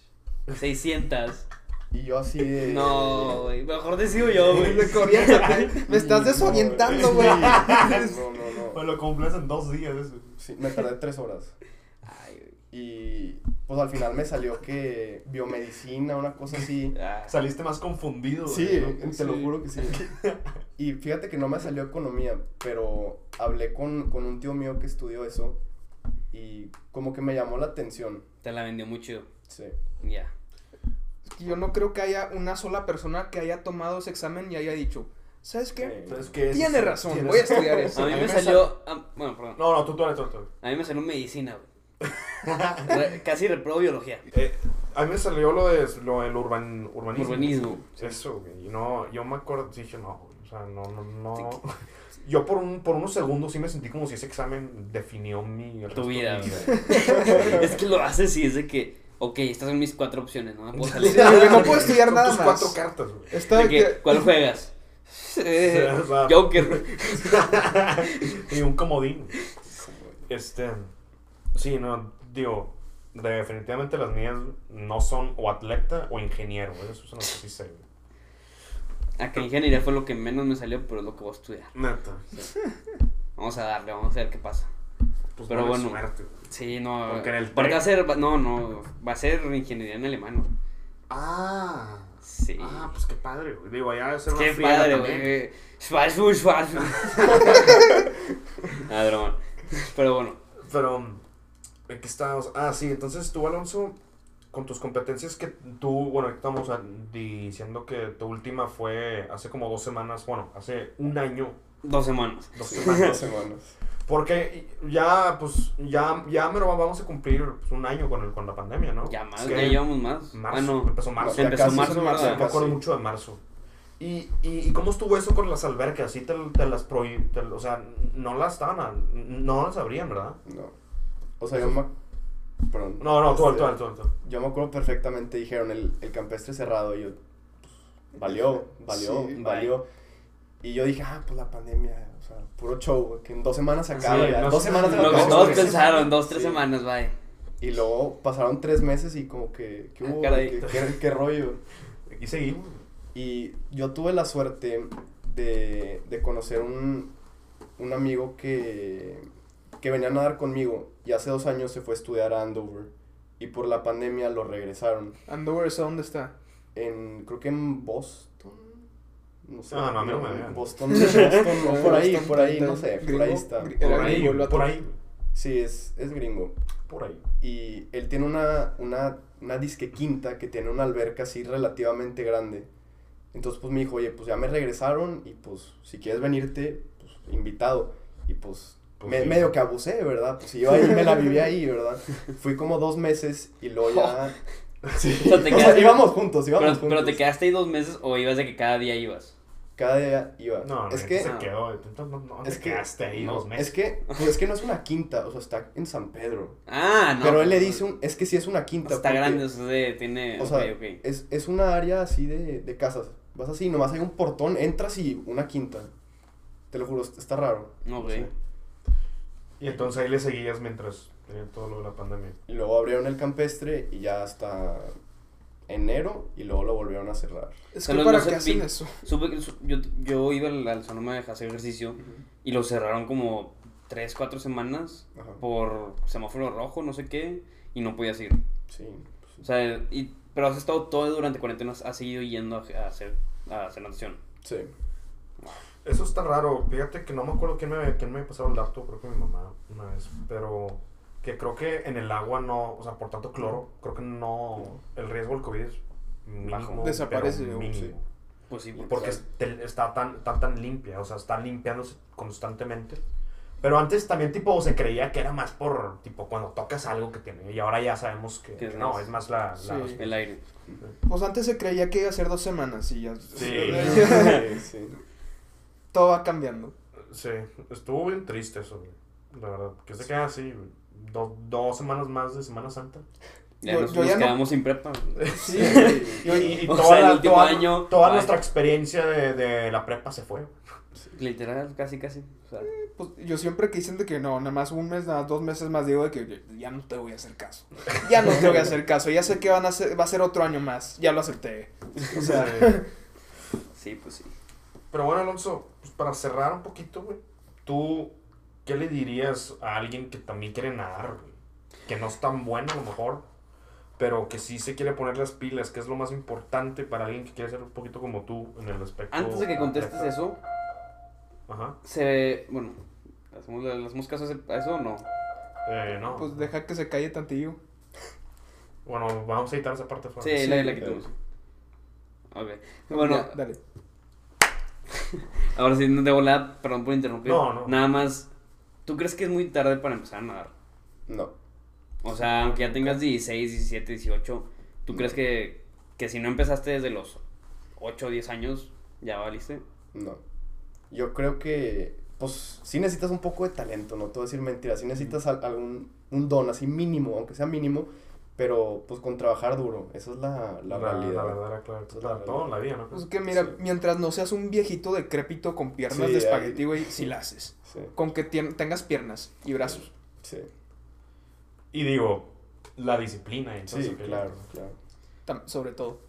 [SPEAKER 4] 600.
[SPEAKER 1] Y yo así de...
[SPEAKER 4] No, güey. Mejor decido yo, güey.
[SPEAKER 3] De que oriéntate. Me estás
[SPEAKER 1] No,
[SPEAKER 3] desorientando,
[SPEAKER 1] sí.
[SPEAKER 3] güey.
[SPEAKER 1] No, no, no.
[SPEAKER 2] Pues lo cumples en dos días eso.
[SPEAKER 1] Sí, me tardé tres horas.
[SPEAKER 4] *laughs* Ay,
[SPEAKER 1] Y pues al final me salió que biomedicina, una cosa así.
[SPEAKER 4] güey. Ah,
[SPEAKER 2] Saliste más confundido.
[SPEAKER 1] Sí, eh,
[SPEAKER 2] güey, ¿no?
[SPEAKER 1] te lo
[SPEAKER 3] Sí.
[SPEAKER 1] juro que
[SPEAKER 2] *laughs*
[SPEAKER 1] sí. Y fíjate que no me salió economía, pero hablé con, con un tío mío que estudió eso y como que me llamó la atención.
[SPEAKER 4] te la vendió muy chido.
[SPEAKER 1] Sí.
[SPEAKER 4] Ya.
[SPEAKER 3] Es que Yo no creo que haya una sola persona que haya tomado ese examen y haya dicho, ¿sabes qué?
[SPEAKER 1] Eh, *laughs*
[SPEAKER 2] Entonces, ¿qué es?
[SPEAKER 3] Tiene razón,
[SPEAKER 2] Tienes-
[SPEAKER 3] voy a estudiar eso.
[SPEAKER 4] *laughs* A mí
[SPEAKER 3] A
[SPEAKER 4] me
[SPEAKER 3] mí me
[SPEAKER 4] salió. ah, bueno, perdón.
[SPEAKER 2] No, no, tú, tú, tú, tú.
[SPEAKER 4] A mí me salió medicina, güey. Re- Casi reprobó biología.
[SPEAKER 2] Eh, a mí me salió lo, de, lo del urban, urbanismo. *laughs*
[SPEAKER 4] Urbanismo.
[SPEAKER 2] Pues Eso, güey. Y no, yo me acuerdo, dije, no, güey, o sea, no, no, no. *laughs* Yo por, un, por unos segundos sí me sentí como si ese examen definió mi... el resto
[SPEAKER 4] Tu
[SPEAKER 2] de
[SPEAKER 4] vida,
[SPEAKER 2] mi
[SPEAKER 3] *laughs*
[SPEAKER 4] güey. es que lo haces y es de que, ok, estas son mis cuatro opciones, no
[SPEAKER 2] *laughs*
[SPEAKER 4] me puedo salir.
[SPEAKER 3] Sí, güey, no puedo
[SPEAKER 4] De
[SPEAKER 3] estudiar
[SPEAKER 2] Son
[SPEAKER 3] nada
[SPEAKER 2] tus
[SPEAKER 3] más.
[SPEAKER 2] cuatro cartas, güey. *laughs*
[SPEAKER 3] Está de
[SPEAKER 4] que,
[SPEAKER 3] que-
[SPEAKER 4] ¿Cuál juegas?
[SPEAKER 1] *laughs*
[SPEAKER 4] Eh,
[SPEAKER 2] O sea,
[SPEAKER 4] Joker.
[SPEAKER 2] y un comodín. Este, sí, no, digo, definitivamente las mías no son o atleta o ingeniero, güey. Eso es lo que sí sé, güey.
[SPEAKER 4] Acá ingeniería fue lo que menos me salió, pero es lo que voy a estudiar.
[SPEAKER 2] Neta.
[SPEAKER 4] Vamos a darle, vamos a ver qué pasa.
[SPEAKER 2] Pues
[SPEAKER 4] Pero
[SPEAKER 2] buena
[SPEAKER 4] bueno.
[SPEAKER 2] suerte, güey.
[SPEAKER 4] Sí, no.
[SPEAKER 2] Porque en el
[SPEAKER 4] porque
[SPEAKER 2] TEC-
[SPEAKER 4] va a ser. va- No, no. Va a ser ingeniería en alemán. güey.
[SPEAKER 2] Ah.
[SPEAKER 4] Sí.
[SPEAKER 2] Ah, pues qué padre, güey. Digo, allá debe ser una
[SPEAKER 4] Qué
[SPEAKER 2] friega
[SPEAKER 4] padre,
[SPEAKER 2] también.
[SPEAKER 4] güey.
[SPEAKER 2] *laughs*
[SPEAKER 4] Schwarzburg, Schwarzburg. ah, broma. Pero bueno.
[SPEAKER 2] Pero, um, aquí estábamos. Ah, sí, entonces tú, Alonso, con tus competencias que tú, bueno, estamos ah, diciendo que tu última fue hace como dos semanas, bueno, hace un año,
[SPEAKER 4] Dos semanas.
[SPEAKER 2] dos
[SPEAKER 1] Dos *laughs*
[SPEAKER 2] semanas.
[SPEAKER 1] semanas.
[SPEAKER 2] Porque ya, pues, ya, ya mero vamos a cumplir pues, un año con, el, con la pandemia, ¿no?
[SPEAKER 4] Ya más,
[SPEAKER 2] Es que
[SPEAKER 4] ya llevamos más.
[SPEAKER 2] marzo,
[SPEAKER 4] ah, no.
[SPEAKER 2] empezó marzo.
[SPEAKER 1] Ya
[SPEAKER 4] Empezó
[SPEAKER 1] casi
[SPEAKER 4] marzo,
[SPEAKER 1] son
[SPEAKER 4] ¿verdad?
[SPEAKER 2] Me acuerdo
[SPEAKER 1] casi.
[SPEAKER 2] mucho de marzo. ¿Y, y, y cómo estuvo eso con las albercas? ¿Sí te, te las prohibí? O sea, no las estaban, a- no las abrían, ¿verdad?
[SPEAKER 1] No. O sea, yo me... Perdón.
[SPEAKER 2] No, no, tú,
[SPEAKER 1] Este,
[SPEAKER 2] tú, tú, tú.
[SPEAKER 1] Yo me acuerdo perfectamente, dijeron el, el campestre cerrado y yo, pues, valió, valió,
[SPEAKER 3] Sí.
[SPEAKER 1] valió. Y yo dije, ah, pues la pandemia, o sea, puro show, que en dos semanas se acaba
[SPEAKER 4] Sí,
[SPEAKER 1] ya.
[SPEAKER 2] no
[SPEAKER 1] dos
[SPEAKER 2] sé,
[SPEAKER 1] semanas se
[SPEAKER 2] lo
[SPEAKER 4] Lo que
[SPEAKER 1] acabó,
[SPEAKER 4] todos
[SPEAKER 1] güey.
[SPEAKER 4] pensaron, dos, tres
[SPEAKER 1] Sí.
[SPEAKER 4] semanas, bye.
[SPEAKER 1] Y luego pasaron tres meses y como que, ¿qué
[SPEAKER 4] Ah,
[SPEAKER 1] hubo?
[SPEAKER 4] caray.
[SPEAKER 1] ¿Qué, qué- qué rollo?
[SPEAKER 2] Aquí seguimos.
[SPEAKER 1] Y yo tuve la suerte de, de conocer un, un amigo que, que venía a nadar conmigo y hace dos años se fue a estudiar a Andover y por la pandemia lo regresaron.
[SPEAKER 3] Andover, ¿esa dónde está?
[SPEAKER 1] en creo que en Boston no sé
[SPEAKER 2] Ah, no, a mí no me vean.
[SPEAKER 1] Boston Boston o por ahí
[SPEAKER 3] Boston,
[SPEAKER 1] por ahí
[SPEAKER 3] tal,
[SPEAKER 1] no
[SPEAKER 3] tal.
[SPEAKER 1] sé por
[SPEAKER 3] Gringo,
[SPEAKER 1] ahí está
[SPEAKER 3] gri-
[SPEAKER 2] Por
[SPEAKER 3] Era
[SPEAKER 2] ahí,
[SPEAKER 3] gringo el vato.
[SPEAKER 2] por ahí,
[SPEAKER 1] sí es es gringo
[SPEAKER 2] por ahí.
[SPEAKER 1] y él tiene una una una disque quinta que tiene una alberca así relativamente grande entonces pues me dijo oye pues ya me regresaron y pues si quieres venirte pues invitado y pues
[SPEAKER 2] Pues,
[SPEAKER 1] me-
[SPEAKER 2] sí.
[SPEAKER 1] medio que abusé, ¿verdad? Pues yo ahí me la viví ahí, ¿verdad? Fui como dos meses y luego
[SPEAKER 4] *laughs*
[SPEAKER 1] ya... Sí.
[SPEAKER 4] O sea,
[SPEAKER 1] *laughs*
[SPEAKER 4] te
[SPEAKER 1] O sea,
[SPEAKER 4] quedaste-
[SPEAKER 1] íbamos juntos, íbamos
[SPEAKER 4] Pero,
[SPEAKER 1] juntos.
[SPEAKER 4] pero te quedaste ahí dos meses o ibas de que cada día ibas.
[SPEAKER 1] cada día iba.
[SPEAKER 2] No, no,
[SPEAKER 1] es que,
[SPEAKER 2] se
[SPEAKER 4] no.
[SPEAKER 2] quedó. tú no- no, no
[SPEAKER 1] Es
[SPEAKER 2] te
[SPEAKER 1] que-
[SPEAKER 2] quedaste ahí
[SPEAKER 1] no,
[SPEAKER 2] dos meses.
[SPEAKER 1] es que, pues es que no es una quinta, o sea, está en San Pedro.
[SPEAKER 4] Ah, no.
[SPEAKER 1] pero él le dice, un, es que sí es una
[SPEAKER 4] O
[SPEAKER 1] quinta.
[SPEAKER 4] sea, Está
[SPEAKER 1] porque-
[SPEAKER 4] grande, o sea, de- tiene.
[SPEAKER 1] O sea,
[SPEAKER 4] Eh,
[SPEAKER 1] eh,
[SPEAKER 4] ok, ok.
[SPEAKER 1] Es, es una área así de, de casas. Vas así, nomás hay un portón, entras y una quinta. Te lo juro, está raro.
[SPEAKER 4] Ok.
[SPEAKER 1] Sí.
[SPEAKER 2] Y entonces ahí le seguías mientras tenía todo lo de la pandemia.
[SPEAKER 1] Y luego abrieron el campestre y ya hasta enero y luego lo volvieron a cerrar.
[SPEAKER 3] Es que
[SPEAKER 4] Son los
[SPEAKER 3] para
[SPEAKER 4] dos
[SPEAKER 3] qué
[SPEAKER 4] en
[SPEAKER 3] hacen
[SPEAKER 4] fin.
[SPEAKER 3] eso.
[SPEAKER 4] Supe que su- yo, yo iba al, al Sonoma a hacer ejercicio y lo cerraron como 3, 4 semanas
[SPEAKER 1] Ajá.
[SPEAKER 4] por semáforo rojo, no sé qué, y no podías ir.
[SPEAKER 1] Sí.
[SPEAKER 4] O sea, y, pero has estado todo durante cuarentena, has seguido yendo a, a hacer, a hacer natación.
[SPEAKER 1] Sí.
[SPEAKER 2] Eso está raro. Fíjate que no me acuerdo quién me, quién me pasaron el dato, creo que mi mamá una vez. Pero que creo que en el agua no, o sea, por tanto cloro, creo que no, el riesgo del COVID es
[SPEAKER 4] Bajo.
[SPEAKER 2] mínimo,
[SPEAKER 3] Desaparece,
[SPEAKER 2] pero mínimo.
[SPEAKER 1] sí.
[SPEAKER 4] Pues sí, porque
[SPEAKER 2] Porque este- está tan, está tan limpia, o sea, está limpiándose constantemente. Pero antes también, tipo, se creía que era más por, tipo, cuando tocas algo que tiene. Y ahora ya sabemos que,
[SPEAKER 4] Que es
[SPEAKER 2] no,
[SPEAKER 4] más.
[SPEAKER 2] es más la... la-
[SPEAKER 3] Sí.
[SPEAKER 4] el aire.
[SPEAKER 3] Pues antes se creía que iba a ser dos semanas y ya.
[SPEAKER 2] Sí.
[SPEAKER 1] *laughs* Sí, sí.
[SPEAKER 3] *laughs* Todo va cambiando.
[SPEAKER 2] Sí, estuvo bien triste eso, güey. La verdad, que se queda así, güey. Do- dos semanas más de Semana Santa.
[SPEAKER 4] Ya
[SPEAKER 3] Yo-
[SPEAKER 4] nos,
[SPEAKER 3] yo
[SPEAKER 4] nos
[SPEAKER 3] ya no-
[SPEAKER 4] quedamos sin prepa.
[SPEAKER 3] Sí.
[SPEAKER 2] Y, y- y
[SPEAKER 4] *laughs* O
[SPEAKER 2] toda,
[SPEAKER 4] sea, el
[SPEAKER 2] la-
[SPEAKER 4] último
[SPEAKER 2] toda-
[SPEAKER 4] año,
[SPEAKER 2] toda
[SPEAKER 4] bye.
[SPEAKER 2] nuestra experiencia de, de la prepa se fue.
[SPEAKER 4] Literal, casi, casi. O sea,
[SPEAKER 3] Pues yo siempre que dicen de que no, nada más un mes, nada más dos meses más, digo de que ya no te voy a hacer caso. Ya no te voy a hacer caso, ya sé que van a ser, va a ser otro año más, ya lo acepté. O sea,
[SPEAKER 4] sí, pues sí.
[SPEAKER 2] Pero bueno, Alonso, pues para cerrar un poquito, güey, ¿tú qué le dirías a alguien que también quiere nadar, güey? Que no es tan bueno a lo mejor, pero que sí se quiere poner las pilas, que es lo más importante para alguien que quiere ser un poquito como tú en el aspecto.
[SPEAKER 4] Antes de que contestes eso,
[SPEAKER 2] Ajá.
[SPEAKER 4] se. Bueno, ¿hacemos, ¿le hacemos caso a ese- a eso o no?
[SPEAKER 2] Eh, no.
[SPEAKER 3] pues deja que se calle tantillo.
[SPEAKER 2] Bueno, vamos a editar esa parte fuera.
[SPEAKER 4] Sí, la,
[SPEAKER 3] sí,
[SPEAKER 4] la quitamos. Ok. Bueno,
[SPEAKER 3] Ya, dale.
[SPEAKER 4] ahora sí, de volada, perdón por interrumpir.
[SPEAKER 2] No, no.
[SPEAKER 4] Nada más, ¿tú crees que es muy tarde para empezar a nadar?
[SPEAKER 1] No.
[SPEAKER 4] O sea, aunque ya tengas 16, 17, 18, ¿tú crees que, que si no empezaste desde los 8 o 10 años, ya valiste?
[SPEAKER 1] No. Yo creo que, pues, sí necesitas un poco de talento, no te voy a decir mentiras. Sí necesitas al- algún un don, así mínimo, aunque sea mínimo, pero pues con trabajar duro. Esa es la, la realidad.
[SPEAKER 2] La verdadera, claro.
[SPEAKER 1] Es la
[SPEAKER 2] Todo en la vida, ¿no?
[SPEAKER 3] Pues que mira,
[SPEAKER 1] Sí.
[SPEAKER 3] mientras no seas un viejito decrépito con piernas
[SPEAKER 1] Sí,
[SPEAKER 3] de
[SPEAKER 1] ahí-
[SPEAKER 3] espagueti, güey, si la haces.
[SPEAKER 1] Sí,
[SPEAKER 3] Con que tien- tengas piernas y brazos.
[SPEAKER 1] sí,
[SPEAKER 2] Y digo, la disciplina. y todo
[SPEAKER 1] sí,
[SPEAKER 2] eso que-
[SPEAKER 1] claro, claro.
[SPEAKER 3] tam- sobre todo.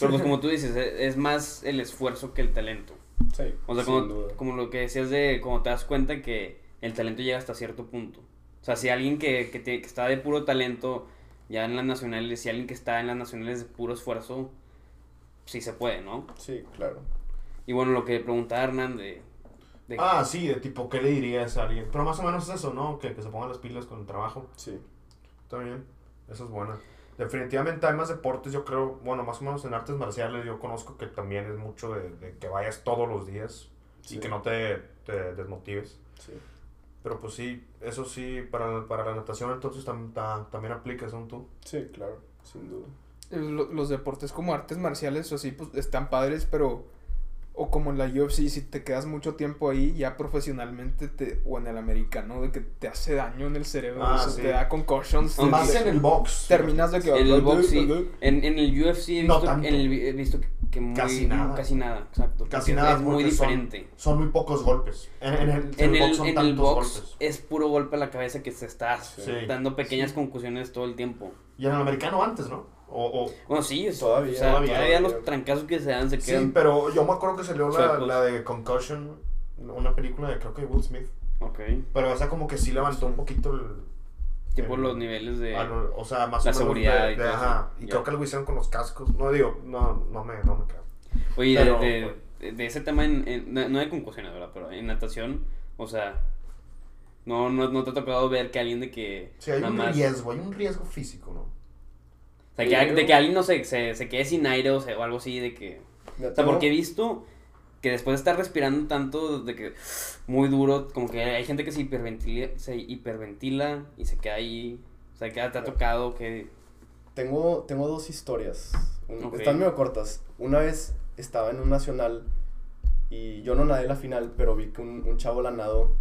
[SPEAKER 4] Pero pues como tú dices, e- es más el esfuerzo que el talento.
[SPEAKER 1] Sí,
[SPEAKER 4] O sea,
[SPEAKER 1] sin
[SPEAKER 4] como,
[SPEAKER 1] duda.
[SPEAKER 4] como lo que decías de cuando te das cuenta que el talento llega hasta cierto punto. O sea, si alguien que, que, te- que está de puro talento ya en las nacionales, si alguien que está en las nacionales de puro esfuerzo, sí se puede, ¿no?
[SPEAKER 1] Sí, claro.
[SPEAKER 4] Y bueno, lo que preguntaba Hernán de... de-
[SPEAKER 2] Ah, sí, de tipo, ¿qué le dirías a alguien? Pero más o menos es eso, ¿no? Que, que se pongan las pilas con el trabajo.
[SPEAKER 1] Sí,
[SPEAKER 2] Está bien, eso es bueno. Definitivamente hay más deportes, yo creo, bueno, más o menos en artes marciales yo conozco que también es mucho de, de que vayas todos los días
[SPEAKER 1] sí,
[SPEAKER 2] y que no te, te desmotives.
[SPEAKER 1] sí.
[SPEAKER 2] Pero pues sí, eso sí, para, para la natación entonces tam- ta- también aplica eso tú.
[SPEAKER 1] Sí, claro, sin duda.
[SPEAKER 3] Eh, lo- Los deportes como artes marciales o así, pues están padres, pero. O como en la UFC, si te quedas mucho tiempo ahí, ya profesionalmente, te, o en el americano, de que te hace daño en el cerebro,
[SPEAKER 2] Ah,
[SPEAKER 3] o sea,
[SPEAKER 2] sí. Ah,
[SPEAKER 3] te da concussions.
[SPEAKER 4] Aunque-
[SPEAKER 2] Más
[SPEAKER 3] te-
[SPEAKER 2] en el box.
[SPEAKER 3] Terminas de que.
[SPEAKER 4] En el box, sí. En, en el UFC he
[SPEAKER 2] No
[SPEAKER 4] visto,
[SPEAKER 2] tanto.
[SPEAKER 4] en el vi- he visto que, que muy-
[SPEAKER 2] Casi nada.
[SPEAKER 4] Casi nada, exacto.
[SPEAKER 2] Casi
[SPEAKER 4] Porque
[SPEAKER 2] nada,
[SPEAKER 4] Es muy
[SPEAKER 2] porque son-
[SPEAKER 4] diferente.
[SPEAKER 2] Son muy pocos golpes. En, en el,
[SPEAKER 4] En el,
[SPEAKER 2] son
[SPEAKER 4] en el
[SPEAKER 2] tantos
[SPEAKER 4] box
[SPEAKER 2] golpes.
[SPEAKER 4] es puro golpe a la cabeza que se está
[SPEAKER 2] Sí.
[SPEAKER 4] dando pequeñas concusiones todo el tiempo.
[SPEAKER 2] Y en el americano antes, ¿no? O, o-
[SPEAKER 4] Bueno, sí, es-
[SPEAKER 1] Todavía,
[SPEAKER 4] o sea,
[SPEAKER 2] todavía,
[SPEAKER 4] todavía, los
[SPEAKER 1] todavía.
[SPEAKER 4] trancazos que se dan se
[SPEAKER 2] sí,
[SPEAKER 4] quedan.
[SPEAKER 2] pero yo me acuerdo que salió la,
[SPEAKER 4] Suecos.
[SPEAKER 2] la de Concussion, una película de creo que Will Smith.
[SPEAKER 4] Ok.
[SPEAKER 2] Pero esa como que sí levantó un poquito el...
[SPEAKER 4] Tipo
[SPEAKER 2] el-
[SPEAKER 4] los niveles de.
[SPEAKER 2] Ah, no, o sea, más
[SPEAKER 4] la
[SPEAKER 2] o menos
[SPEAKER 4] seguridad
[SPEAKER 2] de-
[SPEAKER 4] y
[SPEAKER 2] de-
[SPEAKER 4] todo
[SPEAKER 2] ajá,
[SPEAKER 4] eso.
[SPEAKER 2] y
[SPEAKER 4] Ya.
[SPEAKER 2] creo que algo hicieron con los cascos. No digo, no, no me, no me creo.
[SPEAKER 4] Oye, de-
[SPEAKER 2] pero-
[SPEAKER 4] de, de, ese tema, en, en- no- no de concursiones, ¿verdad? Pero en natación, o sea. No, no, no te ha tocado ver que alguien de que.
[SPEAKER 2] Sí, hay
[SPEAKER 4] nada
[SPEAKER 2] un
[SPEAKER 4] más-
[SPEAKER 2] riesgo, hay un riesgo físico, ¿no?
[SPEAKER 4] O sea, que, al- de que alguien no sé, se, se quede sin aire o, sea, o algo así, de que.
[SPEAKER 1] Mira,
[SPEAKER 4] O sea,
[SPEAKER 1] tengo-
[SPEAKER 4] porque he visto que después de estar respirando tanto, de que muy duro, como que hay gente que se hiperventila, se hiperventila y se queda ahí. O sea, que te ha tocado que.
[SPEAKER 1] Tengo, tengo dos historias. Un-
[SPEAKER 4] Ok.
[SPEAKER 1] Están medio cortas. Una vez estaba en un nacional Y yo no nadé la final, pero vi que un, un chavo la nadó.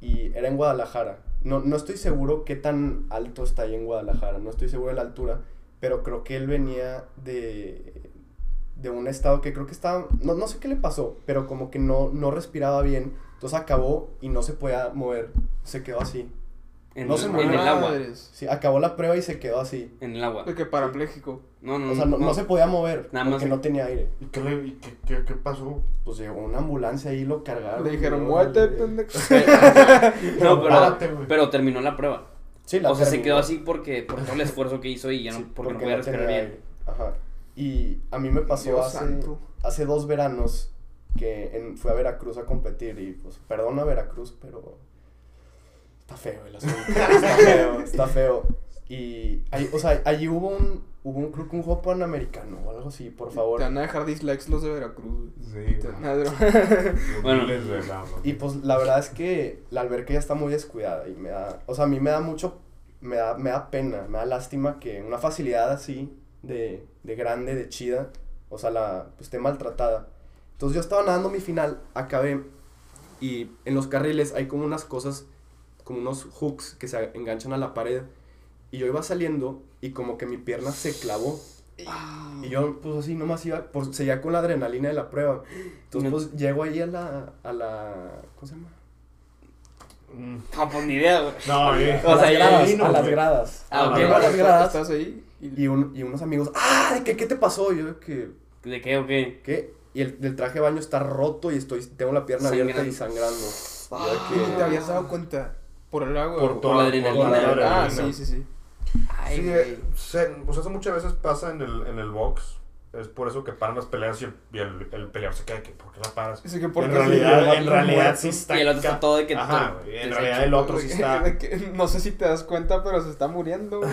[SPEAKER 1] Y era en Guadalajara. No, no estoy seguro qué tan alto está ahí en Guadalajara. No estoy seguro de la altura. Pero creo que él venía de, de un estado que creo que estaba. No, no sé qué le pasó, pero como que no, no respiraba bien. Entonces acabó y no se podía mover. Se quedó así.
[SPEAKER 4] En,
[SPEAKER 1] No se
[SPEAKER 4] en
[SPEAKER 1] mueve.
[SPEAKER 4] el agua.
[SPEAKER 3] Madres.
[SPEAKER 1] Sí, acabó la prueba y se quedó así.
[SPEAKER 4] En el agua.
[SPEAKER 3] De que parapléjico.
[SPEAKER 4] No, no,
[SPEAKER 1] O sea, no, no se podía mover
[SPEAKER 4] Nada más
[SPEAKER 1] porque
[SPEAKER 4] se-
[SPEAKER 1] no tenía aire.
[SPEAKER 2] ¿Y qué, le- y qué- qué- qué pasó?
[SPEAKER 1] Pues llegó una ambulancia ahí y lo cargaron.
[SPEAKER 3] Le dijeron,
[SPEAKER 1] Ah, ¿no?
[SPEAKER 3] muévete,
[SPEAKER 1] Sí.
[SPEAKER 3] pendejo.
[SPEAKER 4] No, pero,
[SPEAKER 2] Párate, güey.
[SPEAKER 4] pero terminó la prueba.
[SPEAKER 1] Sí, la
[SPEAKER 4] O sea, se
[SPEAKER 1] terminó.
[SPEAKER 4] quedó así porque por todo el esfuerzo que hizo y ya no,
[SPEAKER 1] Sí,
[SPEAKER 4] porque, no podía respirar
[SPEAKER 1] tenía
[SPEAKER 4] bien.
[SPEAKER 1] aire. Ajá. Y a mí me pasó
[SPEAKER 3] Dios
[SPEAKER 1] hace,
[SPEAKER 3] santo.
[SPEAKER 1] hace dos veranos que en- fui a Veracruz a competir y pues perdona Veracruz, pero está feo el
[SPEAKER 3] *laughs*
[SPEAKER 1] asunto. está feo, está feo. Y ahí, o sea, allí hubo un, hubo un creo que un juego panamericano o algo así,
[SPEAKER 3] *laughs*
[SPEAKER 1] por favor.
[SPEAKER 3] Te van a dejar dislikes los de Veracruz. güey.
[SPEAKER 2] Sí,
[SPEAKER 3] Te
[SPEAKER 2] güey.
[SPEAKER 3] van a dro-
[SPEAKER 4] Bueno.
[SPEAKER 2] Les regalo.
[SPEAKER 1] Y pues la verdad es que la alberca ya está muy descuidada y me da, o sea, a mí me da mucho, me da, me da pena, me da lástima que una facilidad así de, de grande, de chida, o sea, la, pues, esté maltratada. Entonces yo estaba nadando mi final, acabé y en los carriles hay como unas cosas, como unos hooks que se enganchan a la pared y yo iba saliendo y como que mi pierna se clavó.
[SPEAKER 4] Ah,
[SPEAKER 1] Y yo, pues así nomás iba, por, seguía con la adrenalina de la prueba. Entonces,
[SPEAKER 4] No.
[SPEAKER 1] pues llego ahí a la, a la. ¿Cómo se llama?
[SPEAKER 2] Mm.
[SPEAKER 4] No, pues ni idea, güey.
[SPEAKER 2] No, güey.
[SPEAKER 4] O sea,
[SPEAKER 1] a las
[SPEAKER 4] ya
[SPEAKER 1] gradas,
[SPEAKER 2] vino,
[SPEAKER 1] a las
[SPEAKER 2] güey.
[SPEAKER 1] gradas.
[SPEAKER 4] Ah, ok.
[SPEAKER 1] Llego a las gradas
[SPEAKER 3] Estás ahí y
[SPEAKER 1] y, un- y unos amigos, ¡ah! ¿de ¿Qué, ¿Qué te pasó? Y yo, que
[SPEAKER 4] ¿De qué o qué?
[SPEAKER 1] ¿Qué? Y el, el traje de baño está roto y estoy, tengo la pierna abierta y sangrando.
[SPEAKER 3] ¿Y ni Ah. te habías dado cuenta por el agua.
[SPEAKER 2] Por
[SPEAKER 3] güey?
[SPEAKER 2] toda
[SPEAKER 4] la
[SPEAKER 2] la
[SPEAKER 4] adrenalina.
[SPEAKER 2] por toda la
[SPEAKER 3] Ah,
[SPEAKER 2] adrenalina.
[SPEAKER 3] sí, sí, sí.
[SPEAKER 4] Ay,
[SPEAKER 2] Sí,
[SPEAKER 4] güey.
[SPEAKER 2] se- pues eso muchas veces pasa en el, en el box. Es por eso que paran las peleas y el, y el, el peleador se queda que, ¿por qué la paras?
[SPEAKER 3] Así que porque
[SPEAKER 2] En
[SPEAKER 1] el
[SPEAKER 2] realidad,
[SPEAKER 1] vato
[SPEAKER 2] en realidad
[SPEAKER 1] muerto.
[SPEAKER 2] sí está.
[SPEAKER 4] Y el otro está
[SPEAKER 2] ca-
[SPEAKER 4] todo de que
[SPEAKER 2] Ajá,
[SPEAKER 4] todo
[SPEAKER 2] güey, En
[SPEAKER 4] deshecho.
[SPEAKER 2] realidad el
[SPEAKER 3] *laughs*
[SPEAKER 2] otro sí está.
[SPEAKER 4] *laughs*
[SPEAKER 3] De que- no sé si te das cuenta, pero se está
[SPEAKER 2] *laughs*
[SPEAKER 3] muriendo. güey.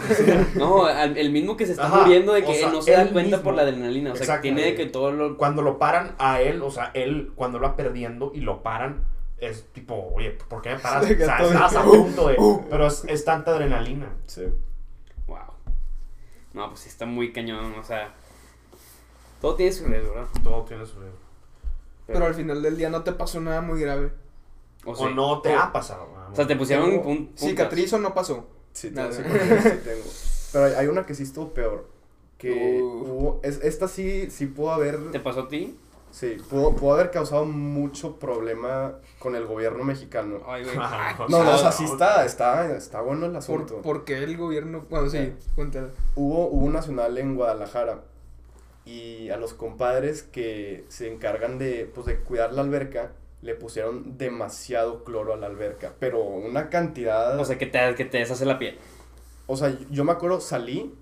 [SPEAKER 4] No, al- el mismo que se está
[SPEAKER 2] Ajá,
[SPEAKER 4] muriendo de que
[SPEAKER 2] o sea,
[SPEAKER 4] él no se da
[SPEAKER 2] él
[SPEAKER 4] cuenta
[SPEAKER 2] mismo.
[SPEAKER 4] por la adrenalina. O sea, que
[SPEAKER 2] Exacto,
[SPEAKER 4] tiene de que
[SPEAKER 2] güey.
[SPEAKER 4] todo lo.
[SPEAKER 2] Cuando lo paran a él, o sea, él cuando lo va perdiendo y lo paran, es tipo, oye, ¿por
[SPEAKER 4] *laughs*
[SPEAKER 2] qué me paras?
[SPEAKER 3] De que
[SPEAKER 2] o sea,
[SPEAKER 3] todo-
[SPEAKER 2] estabas a punto
[SPEAKER 4] Uh,
[SPEAKER 2] de. Pero es, es tanta adrenalina.
[SPEAKER 1] Sí.
[SPEAKER 4] Wow. No, pues sí está muy cañón. O sea, todo tiene su riesgo, ¿verdad?
[SPEAKER 2] Todo tiene su riesgo.
[SPEAKER 3] Pero al final del día no te pasó nada muy grave.
[SPEAKER 4] O,
[SPEAKER 2] O
[SPEAKER 4] sí.
[SPEAKER 2] no te
[SPEAKER 4] O-
[SPEAKER 2] ha pasado.
[SPEAKER 4] O sea, te pusieron
[SPEAKER 3] Pero
[SPEAKER 4] Pues pun- puntas.
[SPEAKER 3] Cicatriz o no pasó.
[SPEAKER 1] Sí, tengo,
[SPEAKER 3] Nada.
[SPEAKER 1] sí, sí tengo. Pero hay, hay una que sí estuvo peor. Que
[SPEAKER 3] Uf.
[SPEAKER 1] hubo. es- esta sí, sí pudo haber.
[SPEAKER 4] ¿Te pasó a ti?
[SPEAKER 1] Sí, pudo, pudo haber causado mucho problema con el gobierno mexicano.
[SPEAKER 4] Ay, güey.
[SPEAKER 2] Ajá.
[SPEAKER 1] No, no, o sea,
[SPEAKER 2] Ah,
[SPEAKER 1] sí
[SPEAKER 2] no.
[SPEAKER 1] está, está, está bueno el
[SPEAKER 3] Ah, Por-
[SPEAKER 1] asunto.
[SPEAKER 3] porque el gobierno. Bueno, sí,
[SPEAKER 1] Eh.
[SPEAKER 3] cuéntala.
[SPEAKER 1] hubo, hubo un nacional en Guadalajara y a los compadres que se encargan de, pues, de cuidar la alberca le pusieron demasiado cloro a la alberca, pero una cantidad...
[SPEAKER 4] O sea, que te, que te deshace la piel.
[SPEAKER 1] yo me acuerdo, salí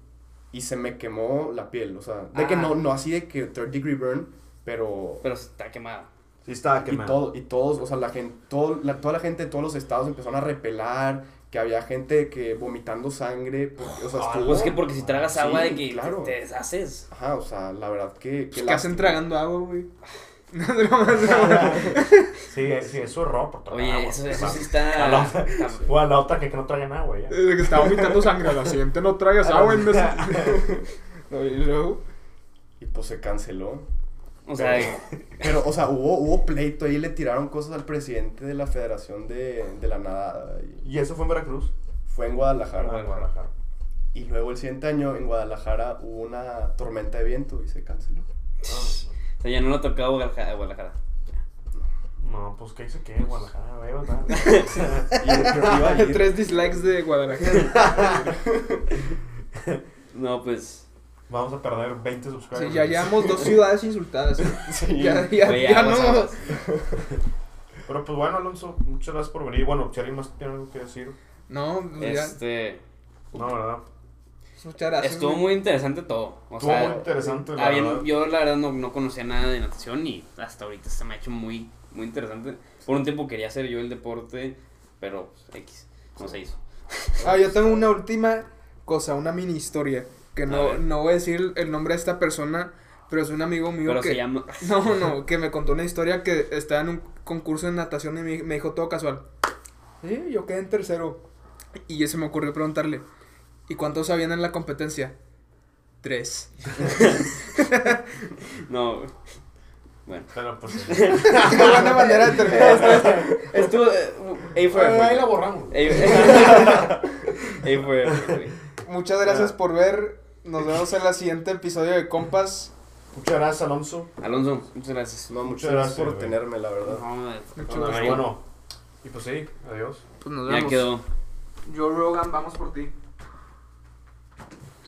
[SPEAKER 1] y se me quemó la piel, o sea, de que
[SPEAKER 4] Ah.
[SPEAKER 1] no, no así de que third degree burn, pero...
[SPEAKER 4] Pero está quemada.
[SPEAKER 2] Sí está
[SPEAKER 1] y,
[SPEAKER 2] quemado.
[SPEAKER 1] todo, y todos, o sea, la gente, todo, la, toda la gente de todos los estados empezaron a repelar, que había gente que vomitando sangre, porque, o sea,
[SPEAKER 2] Ah,
[SPEAKER 1] estuvo-
[SPEAKER 4] Pues es que porque si tragas
[SPEAKER 1] Sí,
[SPEAKER 4] agua de que
[SPEAKER 1] claro.
[SPEAKER 4] te deshaces.
[SPEAKER 1] Ajá, o sea, la verdad que...
[SPEAKER 4] Pues
[SPEAKER 1] que
[SPEAKER 3] ¿Qué Pues hacen tragando agua, güey? *laughs* No, no, no.
[SPEAKER 2] *laughs* Sí,
[SPEAKER 4] *laughs*
[SPEAKER 2] es- sí, es su error por tomar
[SPEAKER 4] Oye,
[SPEAKER 2] agua. Ah.
[SPEAKER 4] eso,
[SPEAKER 2] O
[SPEAKER 4] eso
[SPEAKER 2] sea,
[SPEAKER 4] sí
[SPEAKER 2] a *laughs* la
[SPEAKER 4] está.
[SPEAKER 2] otra-
[SPEAKER 4] está-
[SPEAKER 2] O a la otra que, que no traigan agua
[SPEAKER 4] *laughs*
[SPEAKER 2] ya. Ah,
[SPEAKER 3] Desde que estaba vomitando sangre. La siguiente no traigas agua, imbécil. No, y luego.
[SPEAKER 1] Y pues se canceló.
[SPEAKER 4] O sea,
[SPEAKER 1] Pero, o sea, hubo, hubo pleito ahí, le tiraron cosas al presidente de la Federación de, de la Nadada. Y
[SPEAKER 2] *laughs* Y eso fue en Veracruz.
[SPEAKER 1] fue en
[SPEAKER 2] Ah,
[SPEAKER 1] Guadalajara.
[SPEAKER 2] en Guadalajara.
[SPEAKER 1] Y luego el siguiente año en Guadalajara hubo una tormenta de viento y se canceló.
[SPEAKER 2] Ah,
[SPEAKER 4] o sea, ya no lo tocaba Guadalajara. Guadalajara.
[SPEAKER 2] No, pues que se quede en Guadalajara, güey, o sea.
[SPEAKER 1] Y yo creo que
[SPEAKER 3] *laughs*
[SPEAKER 1] iba a ir.
[SPEAKER 3] Tres dislikes de
[SPEAKER 2] *laughs*
[SPEAKER 3] Guadalajara.
[SPEAKER 4] No, pues.
[SPEAKER 2] Vamos a perder 20
[SPEAKER 3] Sí,
[SPEAKER 2] subscribers.
[SPEAKER 3] ya llevamos dos ciudades insultadas. ya, ya,
[SPEAKER 4] güey,
[SPEAKER 3] ya
[SPEAKER 4] aguas,
[SPEAKER 3] no.
[SPEAKER 4] aguas.
[SPEAKER 2] Pero pues bueno, Alonso, muchas gracias por venir. Bueno, si alguien más tiene algo que decir.
[SPEAKER 3] No, pues ya.
[SPEAKER 4] Este.
[SPEAKER 2] No, ¿verdad?
[SPEAKER 3] Muchas gracias.
[SPEAKER 4] Estuvo
[SPEAKER 3] güey.
[SPEAKER 4] muy interesante todo. O
[SPEAKER 2] Estuvo
[SPEAKER 4] sea,
[SPEAKER 2] muy interesante, la
[SPEAKER 4] Ah, bien,
[SPEAKER 2] verdad.
[SPEAKER 4] yo la verdad no, no conocía nada de natación y hasta ahorita se me ha hecho muy, muy interesante. Por un tiempo quería hacer yo el deporte, pero pues, X, no se hizo.
[SPEAKER 3] Ah, yo tengo una última cosa, una mini historia. Que
[SPEAKER 4] A
[SPEAKER 3] no,
[SPEAKER 4] ver.
[SPEAKER 3] no voy a decir el nombre de esta persona, pero es un amigo mío
[SPEAKER 4] Pero
[SPEAKER 3] que.
[SPEAKER 4] se llama... *laughs*
[SPEAKER 3] No, no, que me contó una historia que estaba en un concurso de natación y me, me dijo todo casual. Sí, yo quedé en tercero. Y se me ocurrió preguntarle, ¿y cuántos habían en la competencia? Tres.
[SPEAKER 4] No, Bueno.
[SPEAKER 2] Pero pues.
[SPEAKER 3] *laughs* Qué buena manera de terminar esto.
[SPEAKER 4] Estuvo. eh, A for effort.
[SPEAKER 5] Ahí la borramos.
[SPEAKER 4] *laughs* A A for effort, güey.
[SPEAKER 3] Muchas gracias por ver. Nos vemos en el siguiente episodio de Compas.
[SPEAKER 5] Muchas gracias, Alonso.
[SPEAKER 4] Alonso, muchas gracias.
[SPEAKER 1] No, muchas
[SPEAKER 5] Muchas
[SPEAKER 1] gracias por
[SPEAKER 5] gracias, güey.
[SPEAKER 1] tenerme, la verdad.
[SPEAKER 4] No, eh,
[SPEAKER 3] Mucho
[SPEAKER 2] no,
[SPEAKER 3] gusto.
[SPEAKER 2] bueno. Y pues sí, adiós.
[SPEAKER 3] Pues nos
[SPEAKER 4] Ya
[SPEAKER 3] vemos.
[SPEAKER 4] quedó.
[SPEAKER 3] Joe Rogan, vamos por ti.